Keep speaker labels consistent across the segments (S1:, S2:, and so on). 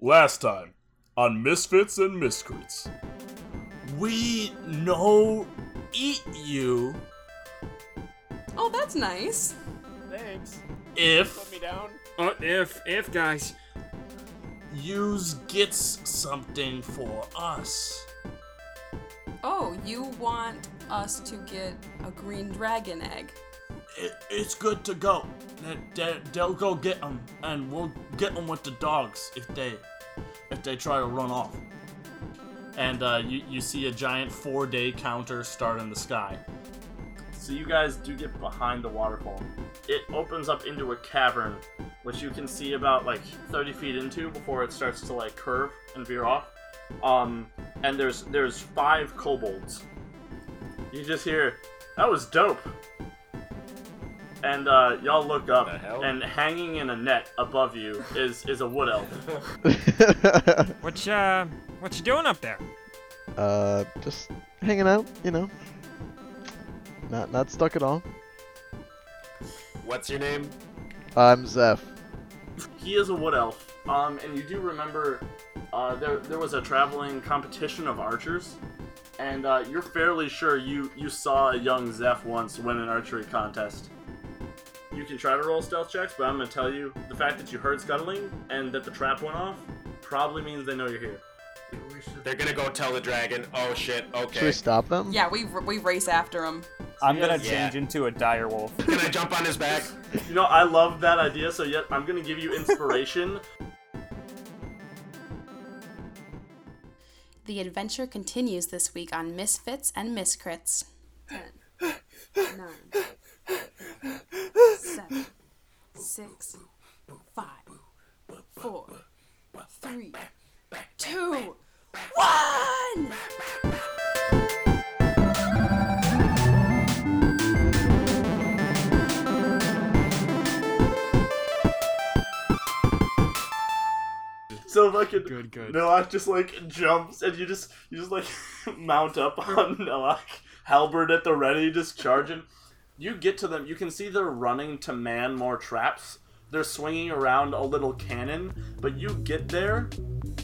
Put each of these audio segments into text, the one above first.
S1: Last time on Misfits and Miscreants.
S2: We no eat you
S3: Oh, that's nice.
S4: Thanks. Put
S2: if
S4: me down.
S5: Uh, if, if, guys.
S2: yous gets something for us.
S3: Oh, you want us to get a green dragon egg?
S2: It, it's good to go. They, they, will go get them, and we'll get them with the dogs if they if they try to run off. And uh, you you see a giant four day counter start in the sky.
S6: So you guys do get behind the waterfall. It opens up into a cavern, which you can see about like 30 feet into before it starts to like curve and veer off. Um, and there's there's five kobolds. You just hear, that was dope. And uh, y'all look up,
S4: hell?
S6: and hanging in a net above you is is a wood elf.
S5: What you, uh, what you doing up there?
S7: uh, just hanging out, you know. Not not stuck at all.
S4: What's your name?
S7: I'm Zeph.
S6: He is a wood elf. Um, and you do remember uh, there there was a traveling competition of archers, and uh, you're fairly sure you you saw a young Zeph once win an archery contest. You can try to roll stealth checks, but I'm gonna tell you the fact that you heard scuttling and that the trap went off probably means they know you're here.
S4: They're gonna go tell the dragon. Oh shit.
S7: Should we
S4: Okay.
S7: stop them?
S3: Yeah, we we race after him.
S8: I'm gonna
S4: Yeah.
S8: change into a dire wolf.
S4: Can I jump on his back?
S6: You know I love that idea, so yet I'm gonna give you inspiration.
S3: The adventure continues this week on Misfits and Miscrits. Ten, nine, seven, six, five, four, three, two, one.
S6: So fucking
S5: Good, good.
S6: Nilak just like jumps and you just you just like mount up on Nilak, halberd at the ready, just charging. You get to them. You can see they're running to man more traps. They're swinging around a little cannon, but you get there.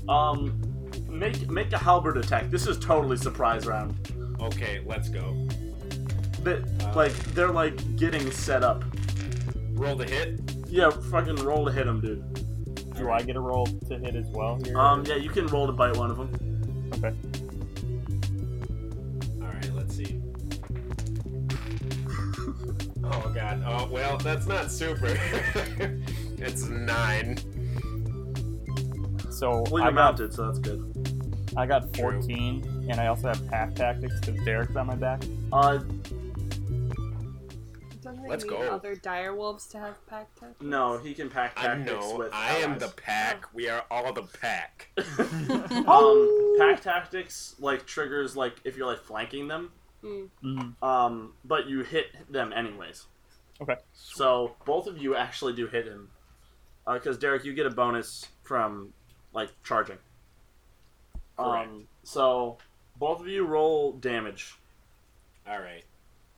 S6: Um, make make a halberd attack. This is totally surprise round.
S4: Okay, let's go.
S6: But like they're like getting set up.
S4: Roll the hit.
S6: Yeah, fucking roll to hit them, dude.
S8: Do I get a roll to hit as well here?
S6: Um, yeah, you can roll to bite one of them.
S8: Okay.
S4: All right, let's see. Oh god. Oh well, that's not super. it's nine.
S8: So
S6: Well,
S8: I
S6: you're
S8: got
S6: mounted, so that's good.
S8: I got 14, and I also have pack tactics because Derek's on my back.
S6: Uh,
S9: Don't they
S4: Let's
S9: need
S4: go.
S9: Other dire wolves to have pack tactics?
S6: no, he can pack
S4: I
S6: tactics
S4: know.
S6: with.
S4: I am
S6: allies.
S4: the pack. We are all the pack.
S6: um, pack tactics like triggers like if you're like flanking them,
S8: Mhm.
S6: um, but you hit them anyways.
S8: Okay.
S6: So both of you actually do hit him, because Derek, you get a bonus from like charging. Um, so both of you roll damage.
S4: All right.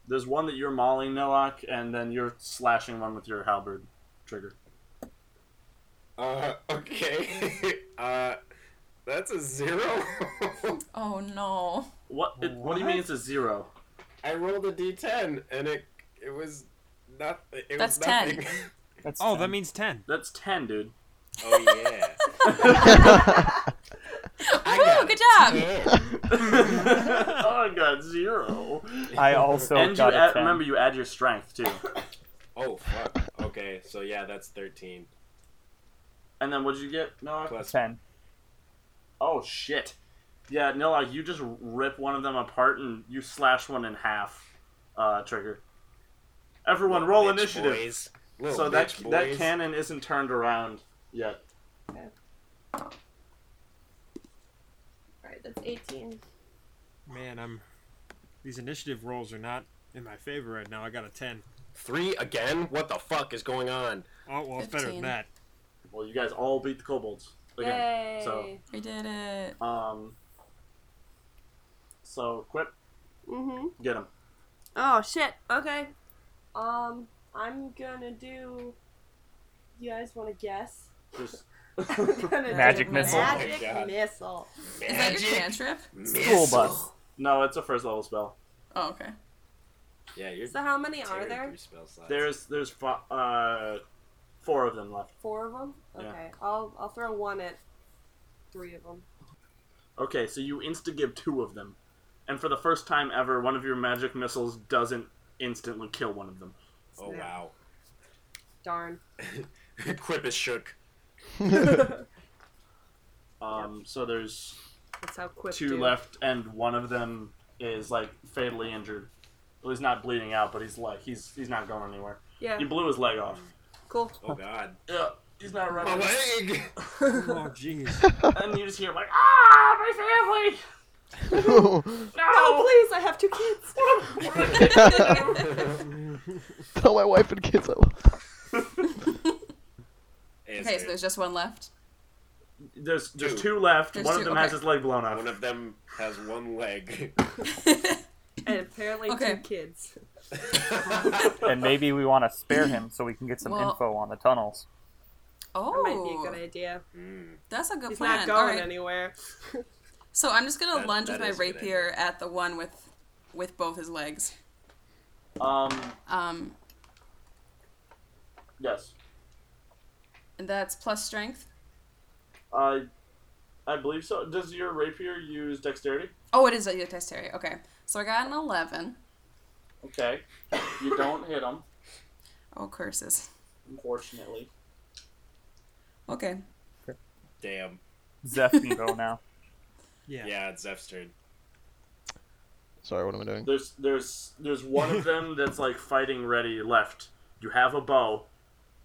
S6: There's one that you're mauling Nilok, and then you're slashing one with your halberd trigger.
S4: Uh, okay. uh, that's a zero.
S3: Oh no.
S6: What? It, what? do you mean it's a zero?
S4: I rolled a d10 and it it was nothing. It
S3: That's
S4: was
S3: 10.
S4: nothing.
S8: That's
S5: Oh,
S8: 10.
S5: that means 10.
S6: That's ten, dude.
S4: oh yeah.
S3: Woo, good job.
S6: oh, I got zero.
S8: I also
S6: and you
S8: got a
S6: add,
S8: 10.
S6: remember you add your strength too.
S4: Oh fuck. Okay, so yeah, that's thirteen
S6: And then what did you get, Nilok?
S4: plus.
S8: 10.
S6: Oh shit! Yeah, Nilok, you just rip one of them apart and you slash one in half. Uh, trigger. Everyone, roll
S4: Bitch
S6: initiative.
S4: boys. Little
S6: So that
S4: bitch
S6: that
S4: boys.
S6: cannon isn't turned around yet.
S9: Alright, that's 18.
S5: Man, I'm. These initiative rolls are not in my favor right now. I got a 10.
S4: Three again? What the fuck is going on?
S5: Oh, well, it's better
S3: 15.
S5: than that.
S6: Well, you guys all beat the kobolds again.
S9: Yay!
S6: So-
S3: We did it.
S6: Um. So Quip,
S9: Mm-hmm.
S6: get him.
S9: Oh, shit. Okay. Um, I'm gonna do... You guys wanna guess?
S6: Just
S8: Magic missile.
S9: Magic
S4: Oh my God.
S9: missile.
S3: Is that your cantrip?
S6: School bus. No, it's a first level spell.
S3: Oh, okay.
S4: Yeah, you're
S9: So how many are
S4: tearing
S9: there?
S4: through spell slots.
S6: There's there's fi- uh four of them left.
S9: Four of them. Okay,
S6: Yeah.
S9: I'll I'll throw one at three of them.
S6: Okay, so you insta give two of them, and for the first time ever, one of your magic missiles doesn't instantly kill one of them.
S4: Oh wow.
S9: Darn.
S4: Quip is shook.
S6: Um, so there's
S9: That's how quick.
S6: two
S9: do.
S6: left, and one of them is like fatally injured. Well, he's not bleeding out, but he's like he's he's not going anywhere.
S9: Yeah.
S6: He blew his leg off.
S9: Cool.
S4: Oh god.
S6: Yeah, he's not
S4: My
S6: running.
S4: leg!
S5: Oh, jeez.
S6: and you just hear like ah, my family.
S9: Oh please, I have two kids.
S7: Tell my wife and kids I love.
S3: Okay, so there's just one left.
S6: There's there's
S4: Two.
S6: two left.
S3: There's
S6: one
S3: two,
S6: of them
S3: okay.
S6: has his leg blown off.
S4: One of them has one leg.
S9: and apparently
S3: Okay.
S9: two kids.
S8: And maybe we want to spare him so we can get some
S3: Well-
S8: info on the tunnels.
S9: That might be a
S3: Oh,
S9: good idea.
S3: that's a good
S9: He's
S3: plan.
S9: not
S3: All
S9: going
S3: right.
S9: anywhere.
S3: So I'm just gonna
S4: That-
S3: lunge
S4: that
S3: with my
S4: is a good
S3: rapier at the one with, with both his legs.
S6: Um,
S3: Um,
S6: yes.
S3: and that's plus strength.
S6: Uh, I believe so. Does your rapier use dexterity?
S3: Oh, it is a test area. Okay, so I got an eleven.
S6: Okay. You don't hit him,
S3: Oh, curses.
S6: unfortunately.
S3: Okay.
S4: Damn.
S8: Zeph can go now.
S5: Yeah.
S4: Yeah, it's Zeph's turn.
S7: Sorry, what am I doing?
S6: There's there's there's one of them that's like fighting ready left. You have a bow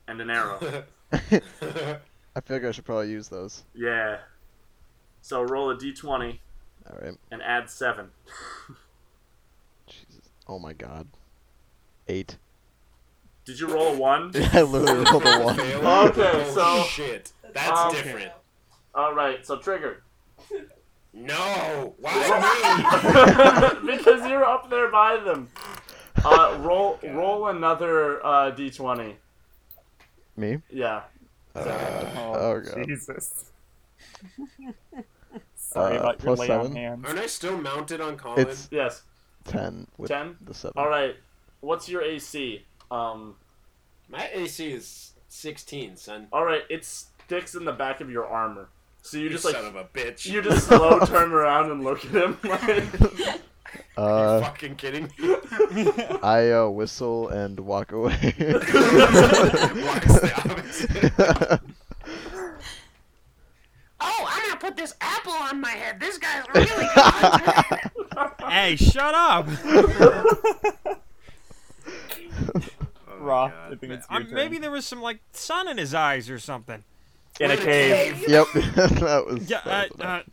S6: and an arrow.
S7: I feel like I should probably use those.
S6: Yeah. So roll a d20
S7: All right.
S6: and add seven.
S7: Jesus. Oh my god. Eight.
S6: Did you roll a one?
S7: I literally rolled a one.
S6: Okay,
S4: oh,
S6: so-
S4: shit. That's
S6: Okay.
S4: different.
S6: All right. So trigger.
S4: No! Why me?
S6: because you're up there by them. Uh, roll roll another uh, d20.
S7: Me?
S6: Yeah.
S7: Oh god.
S8: Jesus. Sorry
S7: Uh,
S8: about your
S7: plus
S8: lay on
S7: seven.
S8: hands.
S4: Aren't I still mounted on Colin?
S7: It's
S6: Yes.
S7: ten with
S6: 10?
S7: the seven.
S6: All right. What's your AC? Um.
S4: My AC is 16, son.
S6: All right. It sticks in the back of your armor. So you
S4: You
S6: just like
S4: son of a bitch.
S6: you just slow turn around and look at him like.
S4: You
S7: Uh,
S4: fucking kidding me?
S7: I uh, whistle and walk away.
S4: Walks the opposite. Oh, I'm gonna put this apple on my head. This guy's really
S5: Hey, shut up!
S8: Roth, I think it's your
S5: I,
S8: turn.
S5: maybe there was some like sun in his eyes or something.
S8: in a cave.
S7: yep, that was.
S5: Yeah. Uh,
S7: that was
S5: uh,
S7: enough.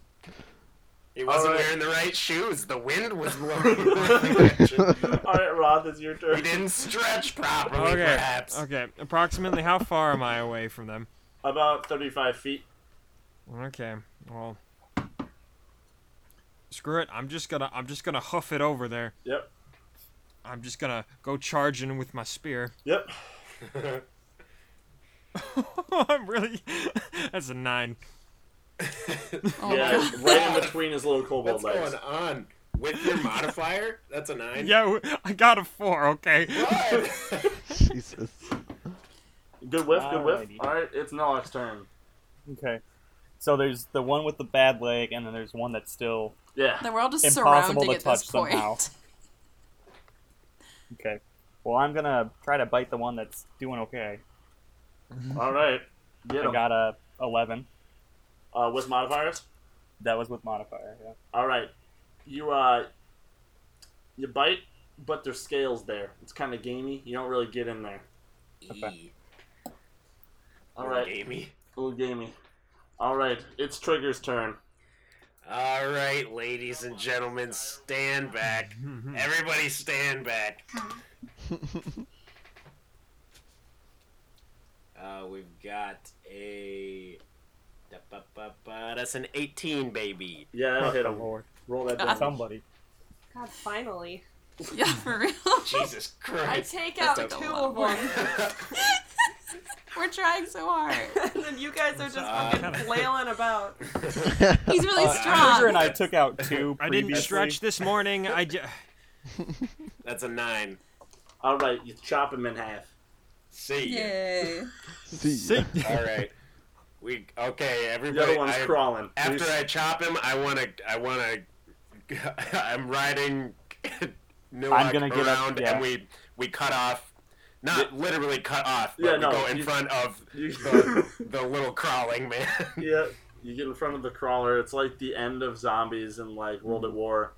S4: He wasn't
S6: Alright.
S4: wearing the right shoes. The wind was blowing. in the direction.
S6: All right, Roth, it's your
S4: he
S6: turn.
S4: didn't stretch properly,
S5: okay.
S4: perhaps.
S5: Okay. Approximately how far am I away from them?
S6: About thirty-five feet.
S5: Okay. Well. Screw it. I'm just gonna. I'm just gonna huff it over there.
S6: Yep.
S5: I'm just gonna go charging with my spear.
S6: Yep.
S5: I'm really. That's a nine.
S3: Oh, my
S6: Yeah,
S3: God.
S6: right in between his little
S4: What's
S6: cobalt legs.
S4: going on? With your modifier? That's a nine.
S5: Yeah, I got a four. Okay.
S4: What?
S7: Jesus.
S6: Good whiff, good whiff.
S8: Alrighty.
S6: All right, it's Nolak's turn.
S8: Okay. So there's the one with the bad leg, and then there's one that's still
S6: Yeah.
S3: The world is
S8: impossible
S3: surrounding
S8: to
S3: at this
S8: touch
S3: point.
S8: somehow. Okay. Well, I'm gonna try to bite the one that's doing okay.
S6: All right. Get
S8: I
S6: him.
S8: got a 11.
S6: Uh, with modifiers.
S8: That was with modifier. Yeah.
S6: All right. You uh, you bite, but there's scales there. It's kind of gamey. You don't really get in there.
S4: E.
S8: Okay.
S6: All right.
S4: Gamey.
S6: A little gamey. All right. It's Trigger's turn.
S4: All right, ladies and gentlemen, stand back. Everybody, stand back. uh, we've got a. da-ba-ba-ba, That's an 18, baby.
S6: Yeah, that'll hit him.
S8: Lord.
S6: Roll that
S3: Uh,
S6: down.
S8: Somebody.
S9: God, finally.
S3: Yeah, for real.
S4: Jesus
S9: I
S4: Christ.
S9: take out
S4: That's
S9: two
S4: a
S9: of them.
S3: We're trying so hard.
S9: and then you guys are just
S4: Ah.
S9: fucking flailing about.
S3: He's really
S8: Uh,
S3: strong.
S8: Sugar and I took out two.
S5: I didn't
S8: previously.
S5: stretch this morning. I ju-
S4: That's a nine.
S6: All right, you chop him in half.
S4: See ya.
S9: Yay.
S7: See.
S5: See,
S4: All right. We okay.
S6: The
S4: Everybody.
S6: other one's
S4: I-
S6: crawling.
S4: After
S6: He's-
S4: I chop him, I wanna. I wanna. I'm riding. Newark
S8: I'm gonna get up-
S4: around,
S8: yeah.
S4: and we we cut off. Not literally cut off, but
S6: Yeah,
S4: we
S6: no,
S4: go in
S6: you-
S4: front of
S6: you-
S4: the, the little crawling man.
S6: yeah, you get in front of the crawler. It's like the end of zombies and like World at War.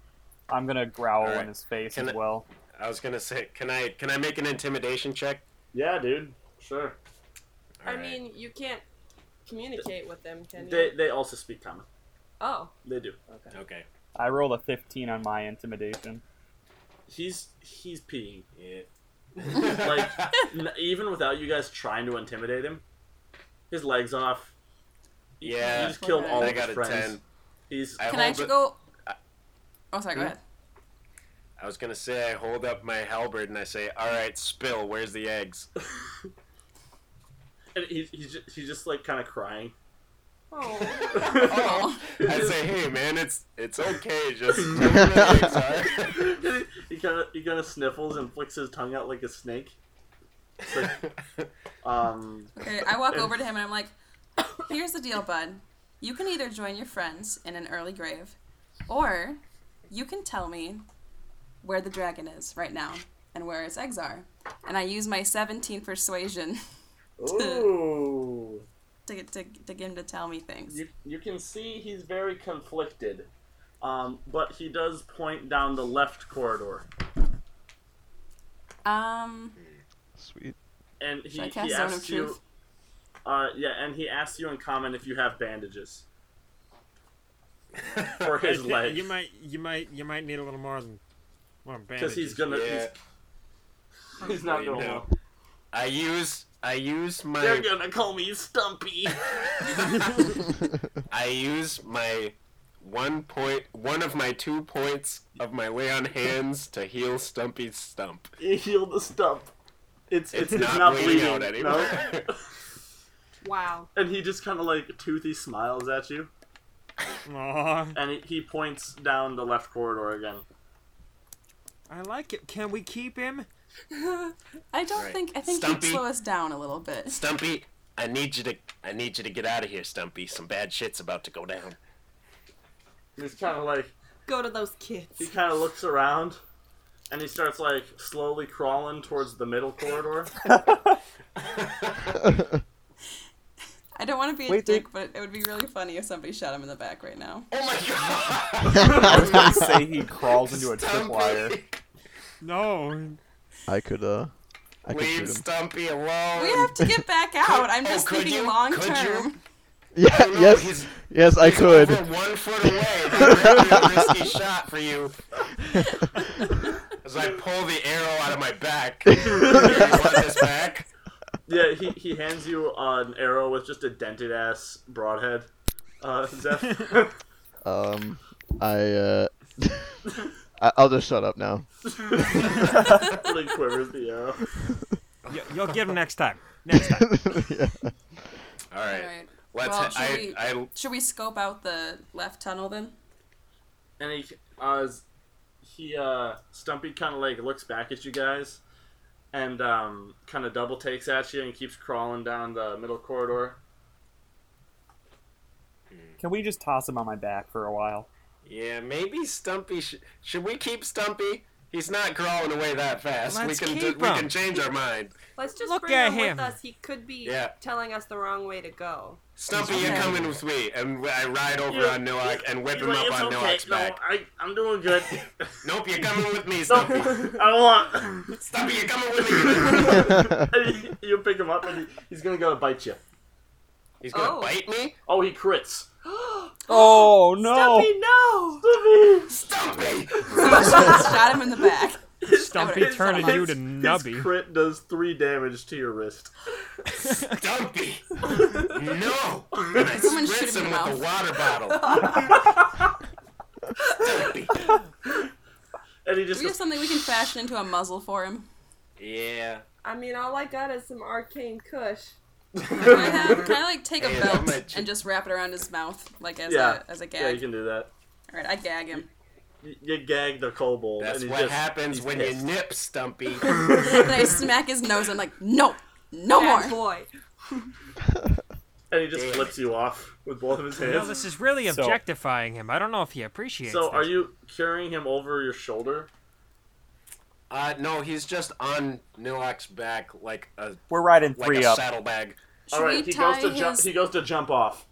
S8: I'm gonna growl
S4: Alright.
S8: in his face
S4: Can
S8: as
S4: I-
S8: well.
S4: I was gonna say, can I can I make an intimidation check?
S6: Yeah, dude. Sure.
S9: I
S4: Alright.
S9: mean, you can't communicate with them, can you?
S6: They, they also speak common.
S9: Oh,
S6: They do.
S9: okay.
S4: okay.
S8: I rolled a 15 on my intimidation.
S6: He's he's peeing.
S4: Yeah.
S6: Like n- even without you guys trying to intimidate him, his legs off. You-
S4: Yeah.
S6: You just killed all
S4: I
S6: of his
S4: got a
S6: friends.
S4: ten.
S6: He's
S4: I
S3: Can I
S4: hold
S3: actually
S4: it-
S3: go? Oh, sorry. Go
S4: Hmm?
S3: ahead.
S4: I was gonna say I hold up my halberd and I say, "All right, spill. Where's the eggs?"
S6: and he, he's just, he's just like kind of crying.
S9: Oh.
S4: Oh, I say, "Hey, man, it's it's okay. Just tell me where the eggs
S6: And he- he kind of he kind of sniffles and flicks his tongue out like a snake.
S4: are."
S6: Um,
S3: Okay, I walk over to him and I'm like, "Here's the deal, bud. You can either join your friends in an early grave, or you can tell me where the dragon is right now and where its eggs are." And I use my 17 persuasion
S6: ooh.
S3: to get to, to get him to tell me things.
S6: You, you can see he's very conflicted, um, but he does point down the left corridor,
S3: Um,
S7: Sweet.
S6: and he,
S3: Should I cast
S6: he
S3: Zone of
S6: asks you.
S3: Truth?
S6: Uh, yeah, and he asks you in common if you have bandages for his
S5: I thi-
S6: leg,
S5: You might, you might, you might need a little more than one well,
S6: because
S5: bandage.
S6: he's gonna
S4: yeah,
S6: he's, he's not
S4: you
S6: gonna.
S4: know. I use I use
S6: They're
S4: my
S6: gonna call me Stumpy.
S4: I use my one point one of my two points of my lay on hands to heal Stumpy's stump.
S6: You Heal the stump. It's it's,
S4: It's,
S6: it's
S4: not, bleeding out anymore.
S6: no?
S9: wow.
S6: And he just kind of like toothy smiles at you,
S5: Aw,
S6: and he, he points down the left corridor again.
S5: I like it. Can we keep him?
S3: I don't
S4: Right.
S3: think I think he'd
S4: Stumpy.
S3: slow us down a little bit.
S4: Stumpy, I need you to I need you to get out of here, Stumpy. Some bad shit's about to go down.
S6: He's kind of like
S9: Go to those
S6: he
S9: kids.
S6: kind of looks around and he starts like slowly crawling towards the middle corridor
S3: I don't want to be a
S8: Wait, they-
S3: dick, but it would be really funny if somebody shot him in the back right now.
S4: Oh my god!
S8: I was gonna say he crawls into a
S4: Stumpy!
S8: tripwire.
S5: No.
S7: I could uh. I could
S4: Leave
S7: shoot him.
S4: Stumpy alone.
S3: We have to get back out. I'm
S4: Oh,
S3: just
S4: Um, could
S3: thinking
S4: you?
S3: long
S4: Could you?
S3: term.
S7: Yeah.
S4: No,
S7: Yes.
S4: he's-
S7: Yes, I
S4: he's
S7: could.
S4: over one foot away. That might be a risky shot for you. As I pull the arrow out of my back. Do you want this back?
S6: yeah he, he hands you an arrow with just a dented ass broadhead uh, Zeph.
S7: Um, I uh, I- I'll just shut up now.
S6: really quivers the arrow.
S5: You, you'll get him next time. Next time.
S7: yeah.
S4: All right.
S3: Alright.
S4: Let's.
S3: Well,
S4: ha-
S3: should
S4: I,
S3: we-
S4: I.
S3: Should we scope out the left tunnel then?
S6: And he, uh, s- he, uh, Stumpy kind of like looks back at you guys, and um, kind of double takes at you and keeps crawling down the middle corridor.
S8: Can we just toss him on my back for a while?
S4: Yeah, maybe Stumpy. Sh- should we keep Stumpy? He's not crawling away that fast.
S5: Let's
S4: we can.
S5: keep
S4: we
S5: him.
S4: can change our mind.
S9: Let's just
S5: Look
S9: bring
S5: at
S9: him,
S5: him.
S9: with us. He could be
S4: Yeah.
S9: telling us the wrong way to go.
S4: Stumpy, you're
S3: okay.
S4: coming with me, and I ride over
S6: Yeah.
S4: on Noak and whip
S6: He's
S4: him
S6: like,
S4: up
S6: it's
S4: on
S6: okay,
S4: Noak's
S6: no,
S4: back.
S6: I, I'm doing good.
S4: Nope, you're coming with me,
S6: no,
S4: Stumpy.
S6: I don't want.
S4: Stumpy, you're coming with me.
S6: And you pick him up and he, he's gonna go bite you.
S4: He's gonna
S9: Oh.
S4: bite me.
S6: Oh, he crits.
S8: Oh no!
S9: Stumpy, no!
S4: Stumpy.
S3: shot him in the back.
S5: Stumpy
S3: It's-
S5: turning you to
S6: His
S5: nubby.
S6: crit does three damage to your wrist.
S4: Stumpy. no. And I
S3: Someone shoot
S4: spritz
S3: him in
S4: him with
S3: the
S4: the water bottle. Stumpy.
S6: And he just
S3: Do we have
S6: goes,
S3: something we can fashion into a muzzle for him?
S4: Yeah.
S9: I mean, all I got is some arcane kush.
S3: Can I, have, can I like take
S4: Hey,
S3: a
S4: don't
S3: belt
S4: mention-
S3: and just wrap it around his mouth, like as
S6: Yeah.
S3: a as a
S6: Yeah, you
S3: gag?
S6: can do that.
S3: All right, I gag him.
S6: You, you gag the kobold.
S4: That's
S6: and he
S4: what
S6: just,
S4: happens
S6: he's
S4: when
S6: pissed.
S4: you nip Stumpy.
S3: and I smack his nose. I'm like, no, no
S9: Bad
S3: more.
S9: boy.
S6: And he just flips you off with both of his
S5: No,
S6: hands.
S5: this is really
S8: So-
S5: objectifying him. I don't know if he appreciates.
S6: so, are
S5: this.
S6: you carrying him over your shoulder?
S4: uh, no, he's just on Nilak's back like a
S8: We're riding
S4: like
S8: three
S4: a
S8: up.
S4: saddlebag.
S3: Should
S6: All
S3: we
S6: right, he goes
S3: tie
S6: to jump.
S3: his?
S6: He goes to jump off.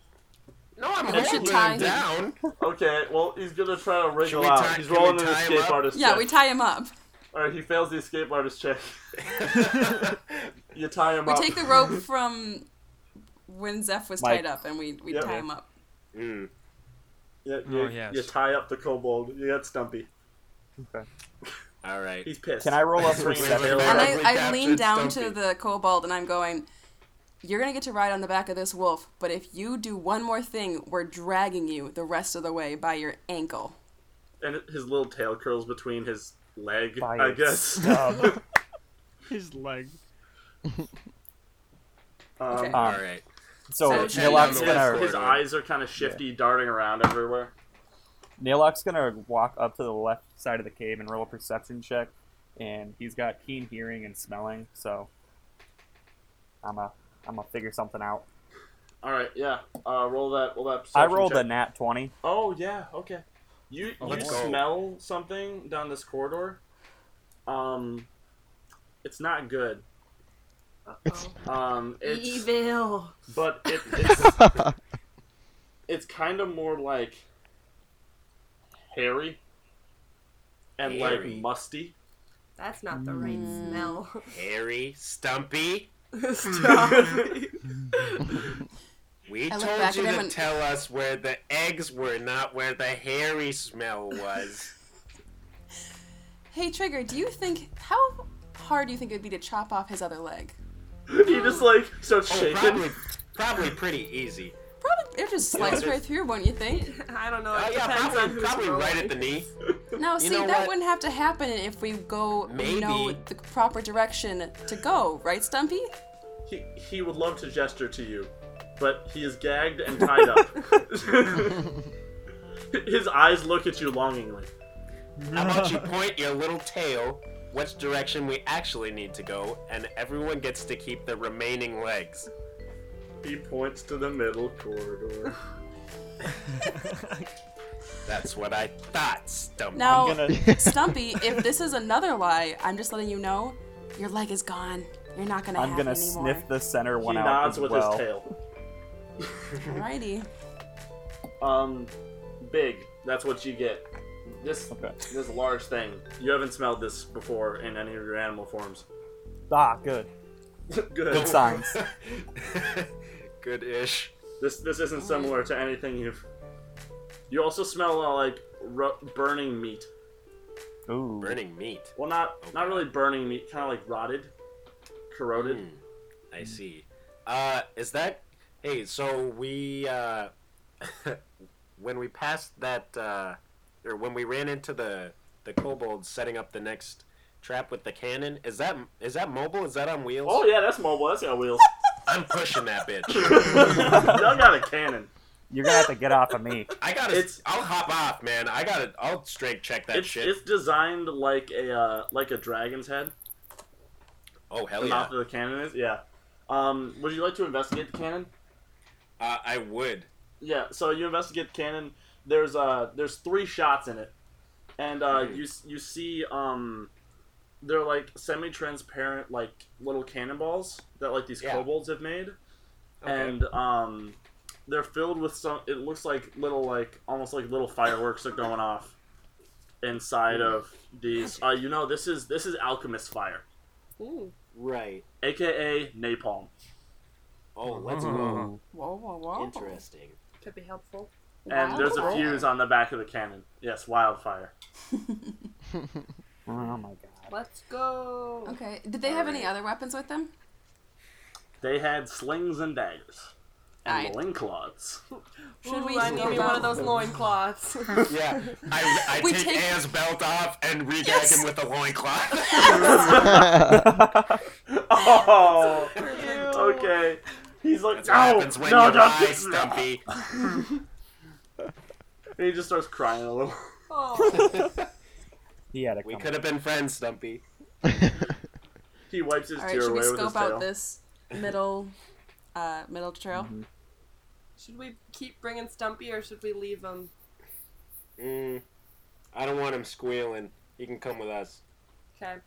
S4: No, I'm
S3: We should
S4: holding
S3: tie
S4: him
S3: him.
S4: down.
S6: Okay, well, he's gonna try to wriggle
S4: we
S6: out.
S4: tie-
S6: he's
S4: can we
S6: rolling an
S4: tie him
S6: escape
S4: up?
S6: artist
S3: Yeah,
S6: check.
S3: we tie him up.
S6: All right, he fails the escape artist check. you tie him
S3: We
S6: up.
S3: take the rope from when Zeph was
S8: Mike.
S3: tied up, and we we
S6: Yep.
S3: tie him up.
S4: Mm.
S6: Yeah, you,
S5: Oh, yes.
S6: you tie up the kobold. You got Stumpy.
S4: All right.
S6: He's pissed.
S8: Can I roll up
S6: Swing his
S8: perception?
S6: tail
S3: And
S6: out.
S4: Probably
S3: I, I lean
S4: captured
S3: down to
S4: Stumpy.
S3: the kobold, and I'm going. You're gonna get to ride on the back of this wolf, but if you do one more thing, we're dragging you the rest of the way by your ankle.
S6: And his little tail curls between his leg,
S8: By
S6: I
S8: its
S6: guess.
S8: stub.
S5: His leg.
S6: Um,
S3: Okay.
S4: All
S8: Um,
S4: right.
S8: so
S3: So
S4: check out
S8: Nilok's
S4: the
S8: gonna
S4: left
S6: His eyes are kind of shifty, darting around everywhere.
S8: Nilok's gonna walk up to the left side of the cave and roll a perception check, and he's got keen hearing and smelling. So I'm a I'm gonna figure something out.
S6: All right, yeah. Uh, roll that. Roll that.
S8: I
S6: perception
S8: rolled
S6: check.
S8: a nat twenty.
S6: Oh yeah, okay. You you
S4: let's go.
S6: smell something down this corridor. Um, it's not good. Um, it's
S9: Evil.
S6: but it, it's it's kind of more like hairy and
S4: Hairy.
S6: like musty.
S9: That's not the right
S5: Mm.
S9: smell.
S4: Harry, Stumpy, we
S3: I look
S4: told
S3: back
S4: you
S3: at him
S4: to
S3: and-
S4: tell us where the eggs were, not where the hairy smell was.
S3: Hey Trigger, do you think how hard do you think it would be to chop off his other leg?
S6: he just like starts
S4: oh,
S6: shaking.
S4: probably, probably pretty easy.
S3: Probably it just slice
S4: there's-
S3: right through, wouldn't you think?
S9: I don't know. It
S4: Oh yeah,
S9: depends on
S4: probably,
S9: who's
S4: probably
S9: rolling.
S4: right at the knee.
S3: No, see
S4: know
S3: that
S4: what?
S3: wouldn't have to happen if we go
S4: Maybe.
S3: you know the proper direction to go, right, Stumpy?
S6: He he would love to gesture to you, but he is gagged and tied up. His eyes look at you longingly.
S4: How about you point your little tail which direction we actually need to go, and everyone gets to keep the remaining legs.
S6: He points to the middle corridor.
S4: That's what I thought, Stumpy.
S3: Now
S8: I'm gonna
S3: Stumpy, if this is another lie, I'm just letting you know your leg is gone. You're not gonna
S8: I'm
S3: have
S8: gonna
S3: it anymore.
S8: sniff the center one
S6: he
S8: out
S6: nods
S8: as
S6: with
S8: well.
S6: his tail.
S3: Alrighty.
S6: Um, big. That's what you get. This
S8: Okay.
S6: this large thing. You haven't smelled this before in any of your animal forms.
S8: Ah, good.
S6: Good.
S8: Good signs.
S4: Good-ish.
S6: This this isn't similar to anything you've. You also smell uh, like ru- burning meat.
S8: Ooh.
S4: Burning meat.
S6: Well, not not really burning meat. Kind of like rotted, corroded.
S4: Hmm. I see. Uh, is that? Hey, so we uh, when we passed that, uh, or when we ran into the the kobold setting up the next trap with the cannon, is that is that mobile? Is that on wheels?
S6: Oh yeah, that's mobile. That's got wheels.
S4: I'm pushing that bitch.
S6: Y'all got a cannon.
S8: You're gonna have to get off of me.
S4: I gotta.
S6: It's-
S4: I'll hop off, man. I gotta. I'll straight check that
S6: It's,
S4: shit.
S6: it's designed like a uh, like a dragon's head.
S4: oh hell
S6: The
S4: yeah!
S6: mouth of the cannon is yeah. Um, would you like to investigate the cannon?
S4: Uh, I would.
S6: Yeah, so you investigate the cannon. There's uh there's three shots in it, and uh,
S4: Hmm.
S6: you s- you see um they're like semi-transparent like little cannonballs that like these
S4: Yeah.
S6: kobolds have made,
S4: Okay.
S6: and um they're filled with some. It looks like little like almost like little fireworks are going off inside
S4: Hmm.
S6: of these. Uh, you know this is this is alchemist fire,
S9: Ooh.
S4: Right.
S6: aka napalm.
S4: Oh, let's
S5: Oh.
S3: Whoa, whoa, whoa.
S4: Interesting.
S9: Could be helpful.
S6: And there's a
S3: Wow.
S6: fuse on the back of the cannon. Yes, wildfire.
S8: Oh my god.
S9: Let's go.
S3: Okay. Did they have any other weapons with them?
S6: They had slings and daggers.
S3: Alright.
S6: Loincloths.
S9: Should
S3: we
S9: we I
S3: go
S9: need me one
S3: back?
S9: of those loincloths.
S4: Yeah, I, I
S3: We
S4: take,
S3: take-
S4: Anna's belt off and regag
S3: Yes.
S4: him with a loincloth.
S6: Oh,
S9: okay.
S6: okay. He's like,
S4: That's
S6: no,
S4: what happens when
S6: Oh, no,
S4: you
S6: don't
S4: lie,
S6: get stumpy.
S4: Stumpy.
S6: And he just starts crying a little.
S9: Oh,
S8: He had a
S4: We could have been friends, Stumpy.
S6: He wipes his
S3: All right,
S6: tear
S3: should we
S6: away with his
S3: scope out
S6: tail.
S3: this middle, uh, middle trail?
S6: Mm-hmm.
S9: should we keep bringing Stumpy or should we leave him?
S4: Mm, I don't want him squealing. He can come with us.
S9: Okay. All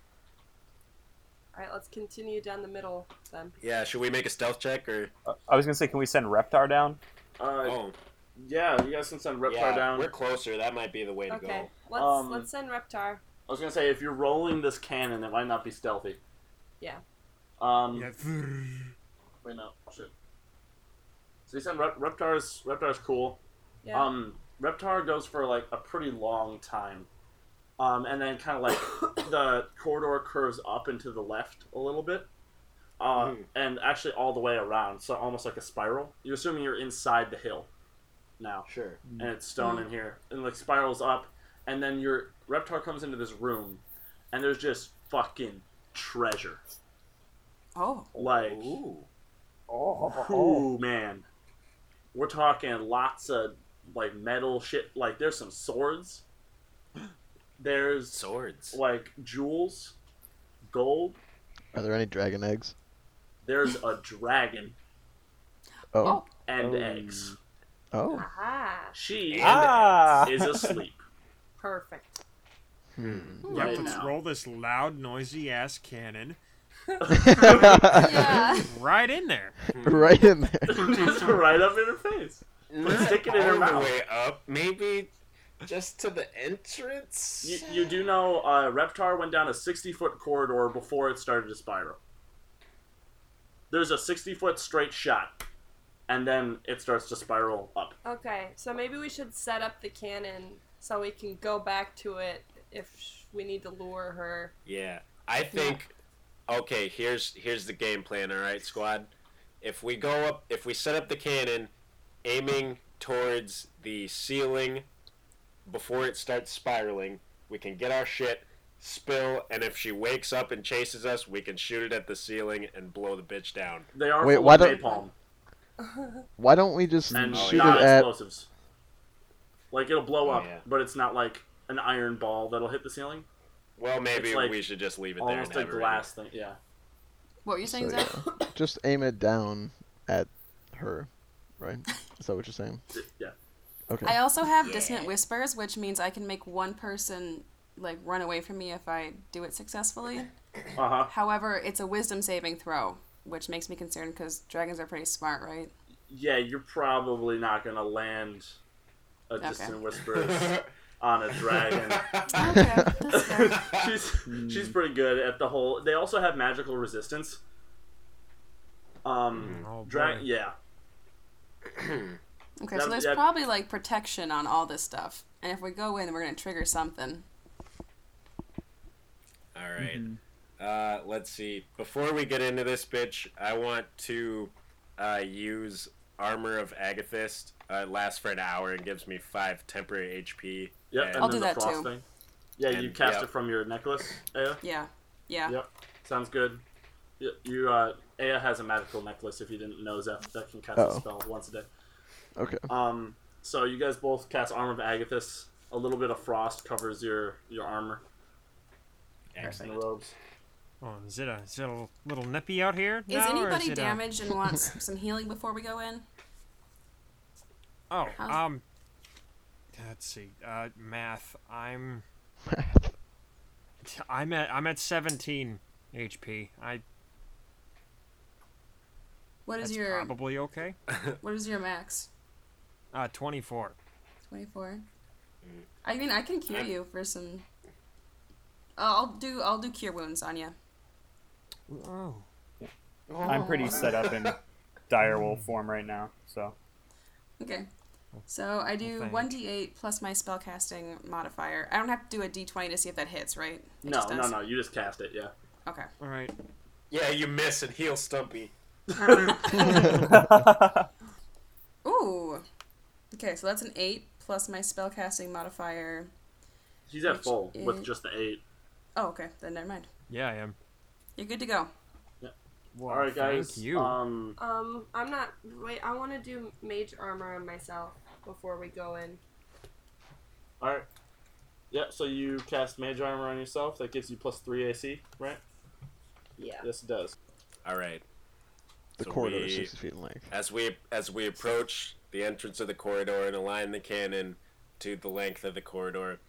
S9: right, let's continue down the middle then.
S4: Yeah, should we make a stealth check or?
S8: I was gonna say, can we send Reptar down?
S6: Uh,
S4: Oh,
S6: yeah, you guys can send Reptar
S4: yeah,
S6: down.
S4: we're closer. That might be the way to
S9: Okay, let's
S6: Um,
S9: let's send Reptar.
S6: I was gonna say if you're rolling this cannon, it might not be stealthy.
S9: Yeah.
S6: Um.
S5: Yeah.
S6: Wait no. Shit. So you send Rep- Reptar's Reptar's cool.
S9: Yeah.
S6: Um, Reptar goes for like a pretty long time, um, and then kind of like the corridor curves up and to the left a little bit, uh,
S4: Mhm.
S6: and actually all the way around, so almost like a spiral. You're assuming you're inside the hill now,
S4: go. Sure.
S6: and it's stone in here, and like spirals up, and then your Reptar comes into this room, and there's just fucking treasure,
S3: Oh,
S6: like.
S4: Ooh.
S6: Oh,
S4: Uh-huh.
S6: Ooh man, we're talking lots of like metal shit. Like there's some swords. There's
S4: Swords.
S6: like jewels, gold.
S7: Are there any dragon eggs?
S6: There's a dragon
S7: Oh.
S6: and
S8: Oh.
S6: eggs.
S7: Oh.
S9: Aha,
S6: She
S8: Ah.
S6: is asleep.
S9: perfect.
S4: Hmm.
S3: Hmm.
S5: Yep,
S6: Right
S5: let's
S6: now.
S5: roll this loud, noisy ass cannon
S7: Oh.
S3: yeah.
S5: right in there.
S7: right in there.
S6: Just right up in her face.
S4: Not
S6: stick it in her
S4: all the
S6: mouth.
S4: way up. Maybe just to the entrance.
S6: You, you do know uh, Reptar went down a 60 foot corridor before it started to spiral. There's a 60 foot straight shot, and then it starts to spiral up.
S9: Okay, so maybe we should set up the cannon so we can go back to it if sh- we need to lure her.
S4: Yeah, I think. Okay, here's here's the game plan. All right, squad. If we go up, if we set up the cannon, aiming towards the ceiling before it starts spiraling, we can get our shit spill, and if she wakes up and chases us, we can shoot it at the ceiling and blow the bitch down.
S6: They are
S7: Wait,
S6: full
S7: why
S6: of
S7: don't-
S6: napalm
S7: Why don't we just
S6: and
S7: shoot
S6: not
S7: it at?
S6: explosives. Like it'll blow up,
S4: yeah.
S6: but it's not like an iron ball that'll hit the ceiling.
S4: Well, maybe
S6: It's like
S4: we should just leave it there.
S6: Almost
S4: and
S6: a
S4: have it ready.
S6: glass thing. Yeah.
S3: What were you saying,
S7: So,
S3: Zach?
S7: yeah. Just aim it down at her, right? Is that what you're saying?
S6: Yeah.
S7: Okay.
S3: I also have dissonant whispers, which means I can make one person like run away from me if I do it successfully.
S6: Uh huh.
S3: However, it's a wisdom saving throw, which makes me concerned because dragons are pretty smart, right?
S6: Yeah, you're probably not gonna land a distant whispers on a dragon.
S3: Okay, that's fair.
S6: she's she's pretty good at the whole. They also have magical resistance. Um,
S5: Oh,
S6: dra-
S5: boy.
S6: yeah,
S3: Okay,
S6: That-
S3: so there's
S6: that-
S3: probably like protection on all this stuff, and if we go in, we're gonna trigger something.
S4: All right. Uh, let's see. Before we get into this bitch, I want to uh, use Armor of Agathist. Uh, it lasts for an hour and gives me five temporary HP.
S6: yep.
S4: And
S6: And
S3: I'll
S6: then
S3: do
S6: the
S3: that
S6: frost
S3: too.
S6: thing. Yeah, you
S4: And-
S6: cast
S4: yep.
S6: it from your necklace. Aya.
S3: Yeah, yeah.
S6: Yep, sounds good. Y- You, uh, Aya has a magical necklace. If you didn't know, Zeph that can cast
S7: Uh-oh.
S6: a spell once a day.
S7: Okay.
S6: Um, so you guys both cast Armor of Agathis. A little bit of frost covers your your armor and the
S4: Excellent.
S6: robes.
S5: Oh, is it a, is it a little nippy out here?
S3: Is
S5: now, or
S3: anybody
S5: it a-
S3: damaged and wants some healing before we go in?
S5: Oh,
S3: How's-
S5: um, let's see. Uh, math. I'm I'm at I'm at 17 HP. I
S3: What is
S5: that's
S3: your
S5: probably okay.
S3: What is your max?
S5: Uh, 24.
S3: Twenty four.
S5: Mm.
S3: I mean, I can cure you for some. Uh, I'll do I'll do cure wounds on you.
S5: Oh,
S8: I'm pretty set up in dire wolf form right now, so
S3: Okay.
S5: Oh,
S3: So I do
S5: thank-
S3: one d eight plus my spellcasting modifier. I don't have to do a d twenty to see if that hits, right? It
S6: No,
S3: just
S6: no,
S3: does?
S6: no. You just cast it. Yeah.
S3: Okay.
S5: all right.
S4: Yeah, you miss and heal Stumpy.
S3: Okay, so that's an eight plus my spellcasting modifier.
S8: He's at
S3: Which
S8: full with
S3: is-
S8: just the eight.
S3: Oh, okay. Then never mind.
S5: Yeah, I am.
S3: You're good to go.
S5: Well,
S8: All right, guys.
S5: Thank
S6: uh,
S5: you.
S8: Um,
S9: Um, I'm not. Wait, I want to do mage armor on myself before we go in.
S8: all right. Yeah. So you cast mage armor on yourself. That gives you plus three AC, right?
S9: Yeah.
S8: Yes, it does.
S4: All right.
S7: The
S4: So
S7: corridor
S4: we-
S7: is 60 feet in length.
S4: As we as we approach the entrance of the corridor and align the cannon to the length of the corridor,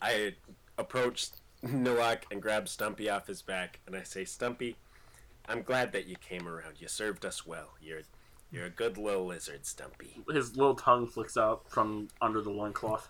S4: I approach Nilak and grab Stumpy off his back, and I say, "Stumpy, I'm glad that you came around. You served us well. You're you're a good little lizard, Stumpy."
S8: His little tongue flicks out from under the loincloth.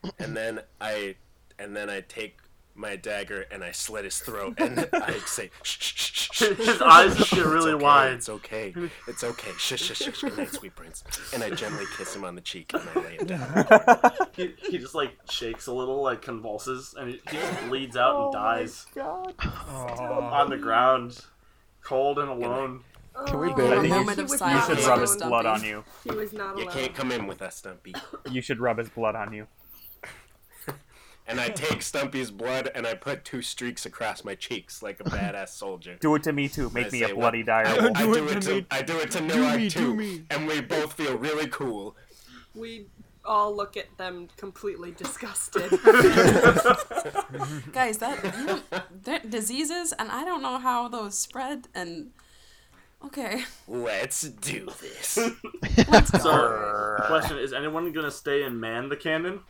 S4: And then I and then I take my dagger and I slit his throat, and I say, "Shh, shh, shh, shh, shh."
S8: His eyes just get
S4: It's
S8: really
S4: okay,
S8: wide.
S4: It's okay. It's okay. Shush, shush, shush. Good night, sweet prince. And I gently kiss him on the cheek and I lay him down.
S8: He, he just like shakes a little, like convulses, and he, he just bleeds out and dies
S5: Aw.
S8: on the ground, cold and alone.
S7: Can we
S9: Oh,
S7: bury
S9: a
S7: him?
S9: moment
S3: You should
S9: of
S10: You
S9: silence.
S10: should
S3: Yeah.
S10: rub his
S3: Stumpy.
S10: blood on you.
S9: He was not
S4: You
S9: alone.
S4: can't come in with us, Stumpy.
S10: You should rub his blood on you.
S4: And I take Stumpy's blood and I put two streaks across my cheeks like a badass soldier.
S10: Do it to me too. Make
S4: I
S10: me a
S4: say,
S10: bloody
S4: well, I,
S10: dire
S4: I
S10: wolf.
S4: do it to I do it to Nilak
S7: me, do
S4: too,
S7: me.
S4: and we both feel really cool.
S9: We all look at them completely disgusted.
S3: Guys, that you don't- they're diseases, and I don't know how those spread. And okay,
S4: Let's do this.
S8: So, question is anyone gonna stay and man the cannon,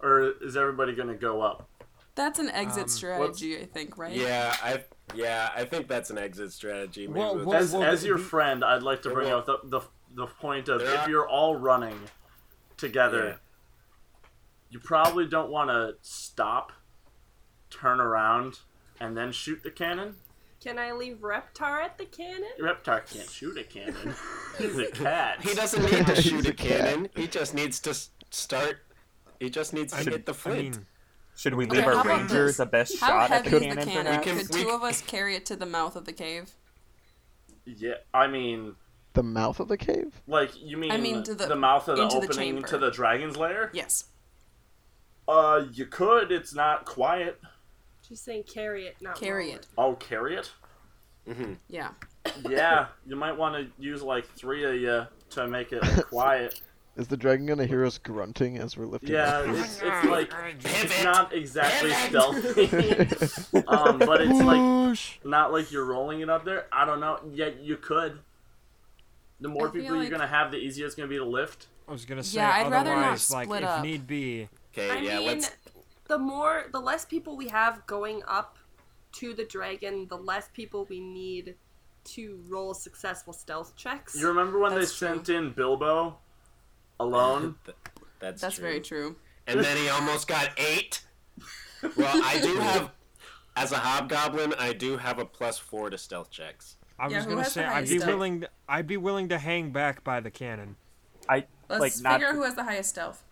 S8: or is everybody gonna go up?
S3: that's an exit strategy, I think. Right?
S4: Um, yeah, I yeah I think that's an exit strategy. Maybe
S5: Well,
S4: we'll
S5: well,
S4: just-
S8: As, as your friend, I'd like to bring
S4: well-
S8: out the, the, the point of
S4: There
S8: if
S4: are-
S8: you're all running together,
S4: Yeah.
S8: you probably don't want to stop, turn around, and then shoot the cannon.
S9: Can I leave Reptar at the cannon?
S8: Reptar can't shoot a cannon. He's a cat.
S4: He doesn't need to shoot
S7: He's
S4: a,
S7: a cat.
S4: cannon. He just needs to s- start. He just needs to hit the flint.
S10: Should we leave
S3: Okay, how
S10: our
S3: about
S10: rangers
S3: this?
S10: the best
S3: How
S10: shot at
S3: heavy
S10: the
S3: is the
S10: cannon? for
S3: cannon?
S10: now?
S4: can-
S3: Could
S4: we-
S3: two of us carry it to the mouth of the cave?
S8: yeah, I mean,
S7: The mouth of the cave?
S8: like you mean,
S3: mean to
S8: the,
S3: the-
S8: mouth of the
S3: into the
S8: opening
S3: chamber.
S8: to the dragon's lair?
S3: Yes.
S8: Uh, you could. It's not quiet.
S9: She's saying carry it, not
S3: Carry
S9: roll
S3: it.
S8: I'll Oh, carry it.
S3: Yeah.
S8: Yeah, you might want to use like three of you to make it quiet.
S7: Is the dragon gonna hear us grunting as we're lifting?
S8: Yeah,
S7: it?
S8: it's, it's like it's not exactly stealthy, um, but it's like
S7: Whoosh!
S8: not like you're rolling it up there. I don't know. Yet you could. The more
S3: I feel
S8: people you're
S3: like-
S8: gonna have, the easier it's gonna be to lift.
S5: I was gonna say.
S3: Yeah, I'd rather not
S5: otherwise, like
S3: split
S5: if
S3: up.
S5: need be,
S4: Okay,
S9: I
S4: yeah,
S9: mean,
S4: let's.
S9: the more, the less people we have going up to the dragon, the less people we need to roll successful stealth checks.
S8: You remember when
S3: That's
S8: they
S3: true.
S8: sent in Bilbo alone?
S4: That's,
S3: That's
S4: true.
S3: very true.
S4: And then he almost got eight. Well, I do have, as a hobgoblin, I do have a plus four to stealth checks.
S5: I
S3: Yeah,
S5: was
S3: who
S5: gonna
S3: has the
S5: say I'd
S3: highest
S5: be
S3: stealth?
S5: willing. To, I'd be willing to hang back by the cannon.
S10: I
S3: Let's
S10: like not.
S3: figure out who has the highest stealth.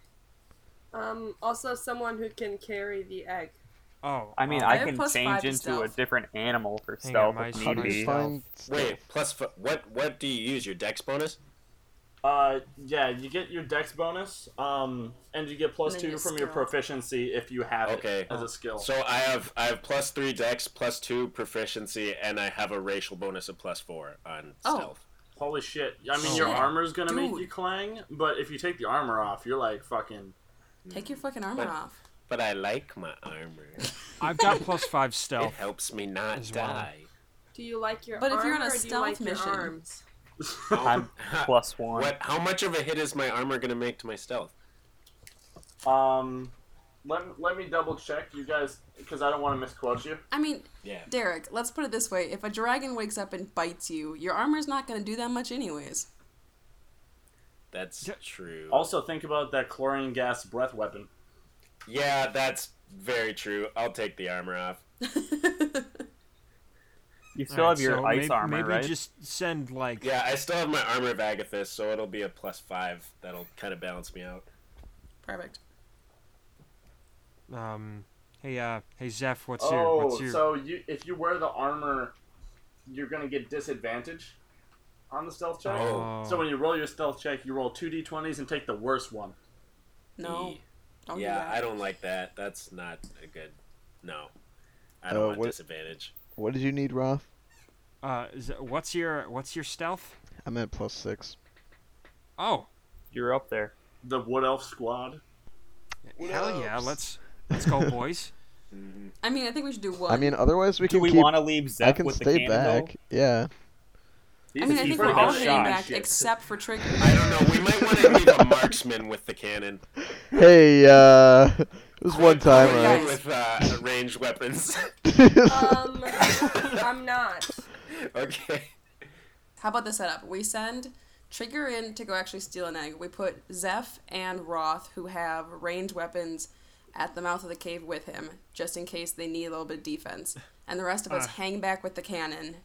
S9: Um, also someone who can carry the egg.
S5: Oh,
S10: I mean,
S5: um,
S10: I
S3: have
S10: can
S3: plus five
S10: change
S3: to
S10: into a
S3: stealth.
S10: different animal for
S5: Hang
S10: stealth
S5: on, my
S10: if
S7: How
S10: need
S7: do you
S10: be.
S7: find?
S4: Wait, plus f- what? What do you use? Your dex bonus?
S8: Uh, yeah, you get your dex bonus, um, and you get plus
S3: And then
S8: two
S3: your
S8: from your
S3: skill.
S8: proficiency if you have
S4: Okay.
S8: it as a skill.
S4: So I have I have plus three dex, plus two proficiency, and I have a racial bonus of plus four on
S3: Oh.
S4: stealth.
S8: Holy shit! I mean, your
S3: Shit.
S8: armor's gonna make
S3: Dude.
S8: you clang, but if you take the armor off, you're like fucking.
S3: Take your fucking armor
S4: But-
S3: off.
S4: But I like my armor.
S5: I've got plus five
S4: It
S5: stealth.
S4: helps me not
S5: Oh. As well.
S4: die.
S9: Do you like your
S3: But if
S9: armor
S3: you're on a
S9: or do you like
S3: stealth mission-
S9: your arms?
S10: I'm plus one.
S4: What? How much of a hit is my armor gonna make to my stealth?
S8: Um, let, let me double check you guys because I don't want to misquote you.
S3: I mean,
S4: Yeah.
S3: Derek, let's put it this way: if a dragon wakes up and bites you, your armor's not going to do that much, anyways.
S4: That's
S5: Yeah.
S4: true.
S8: Also, think about that chlorine gas breath weapon.
S4: Yeah, that's very true. I'll take the armor off.
S10: You still
S5: Alright,
S10: have your
S5: so
S10: ice
S5: maybe,
S10: armor,
S5: maybe
S10: right?
S5: just send like.
S4: Yeah, I still have my armor of Agathis, so it'll be a plus five. That'll kind of balance me out.
S3: Perfect.
S5: Um. Hey, uh. Hey, Zeph. What's your?
S8: Oh,
S5: What's your?
S8: so you if you wear the armor, you're gonna get disadvantage on the stealth check.
S5: uh,
S4: Oh.
S8: So when you roll your stealth check, you roll two d20s and take the worst one.
S3: No. Don't do
S4: yeah,
S3: that.
S4: I don't like that. That's not a good. No, I don't
S7: Uh,
S4: want
S7: what-
S4: disadvantage.
S7: What did you need, Roth?
S5: Uh, is it, what's your what's your stealth?
S7: I'm at plus six.
S5: Oh,
S6: You're up there.
S8: The wood elf squad.
S5: hell yeah! Let's let's go, boys.
S3: I mean, I think we should do one.
S7: I mean, otherwise we
S6: Do
S7: can
S6: we
S7: keep.
S6: want to leave Zeph
S7: I can
S6: with the
S7: stay
S6: cannon, though?
S7: back. Yeah.
S8: He's
S3: I mean, I
S8: he's
S3: think
S8: pretty
S3: we're all
S8: much
S3: hitting
S8: shot.
S3: back
S8: Shit.
S3: except for Trigger.
S4: I don't know. We might want to leave a marksman with the cannon.
S7: Hey, uh, it was one time.
S4: We're
S7: Right?
S4: good with uh, ranged weapons.
S9: Um, I'm not.
S4: okay.
S3: How about the setup? We send Trigger in to go actually steal an egg. We put Zeph and Roth, who have ranged weapons, at the mouth of the cave with him, just in case they need a little bit of defense. And the rest of us
S5: Uh.
S3: hang back with the cannon.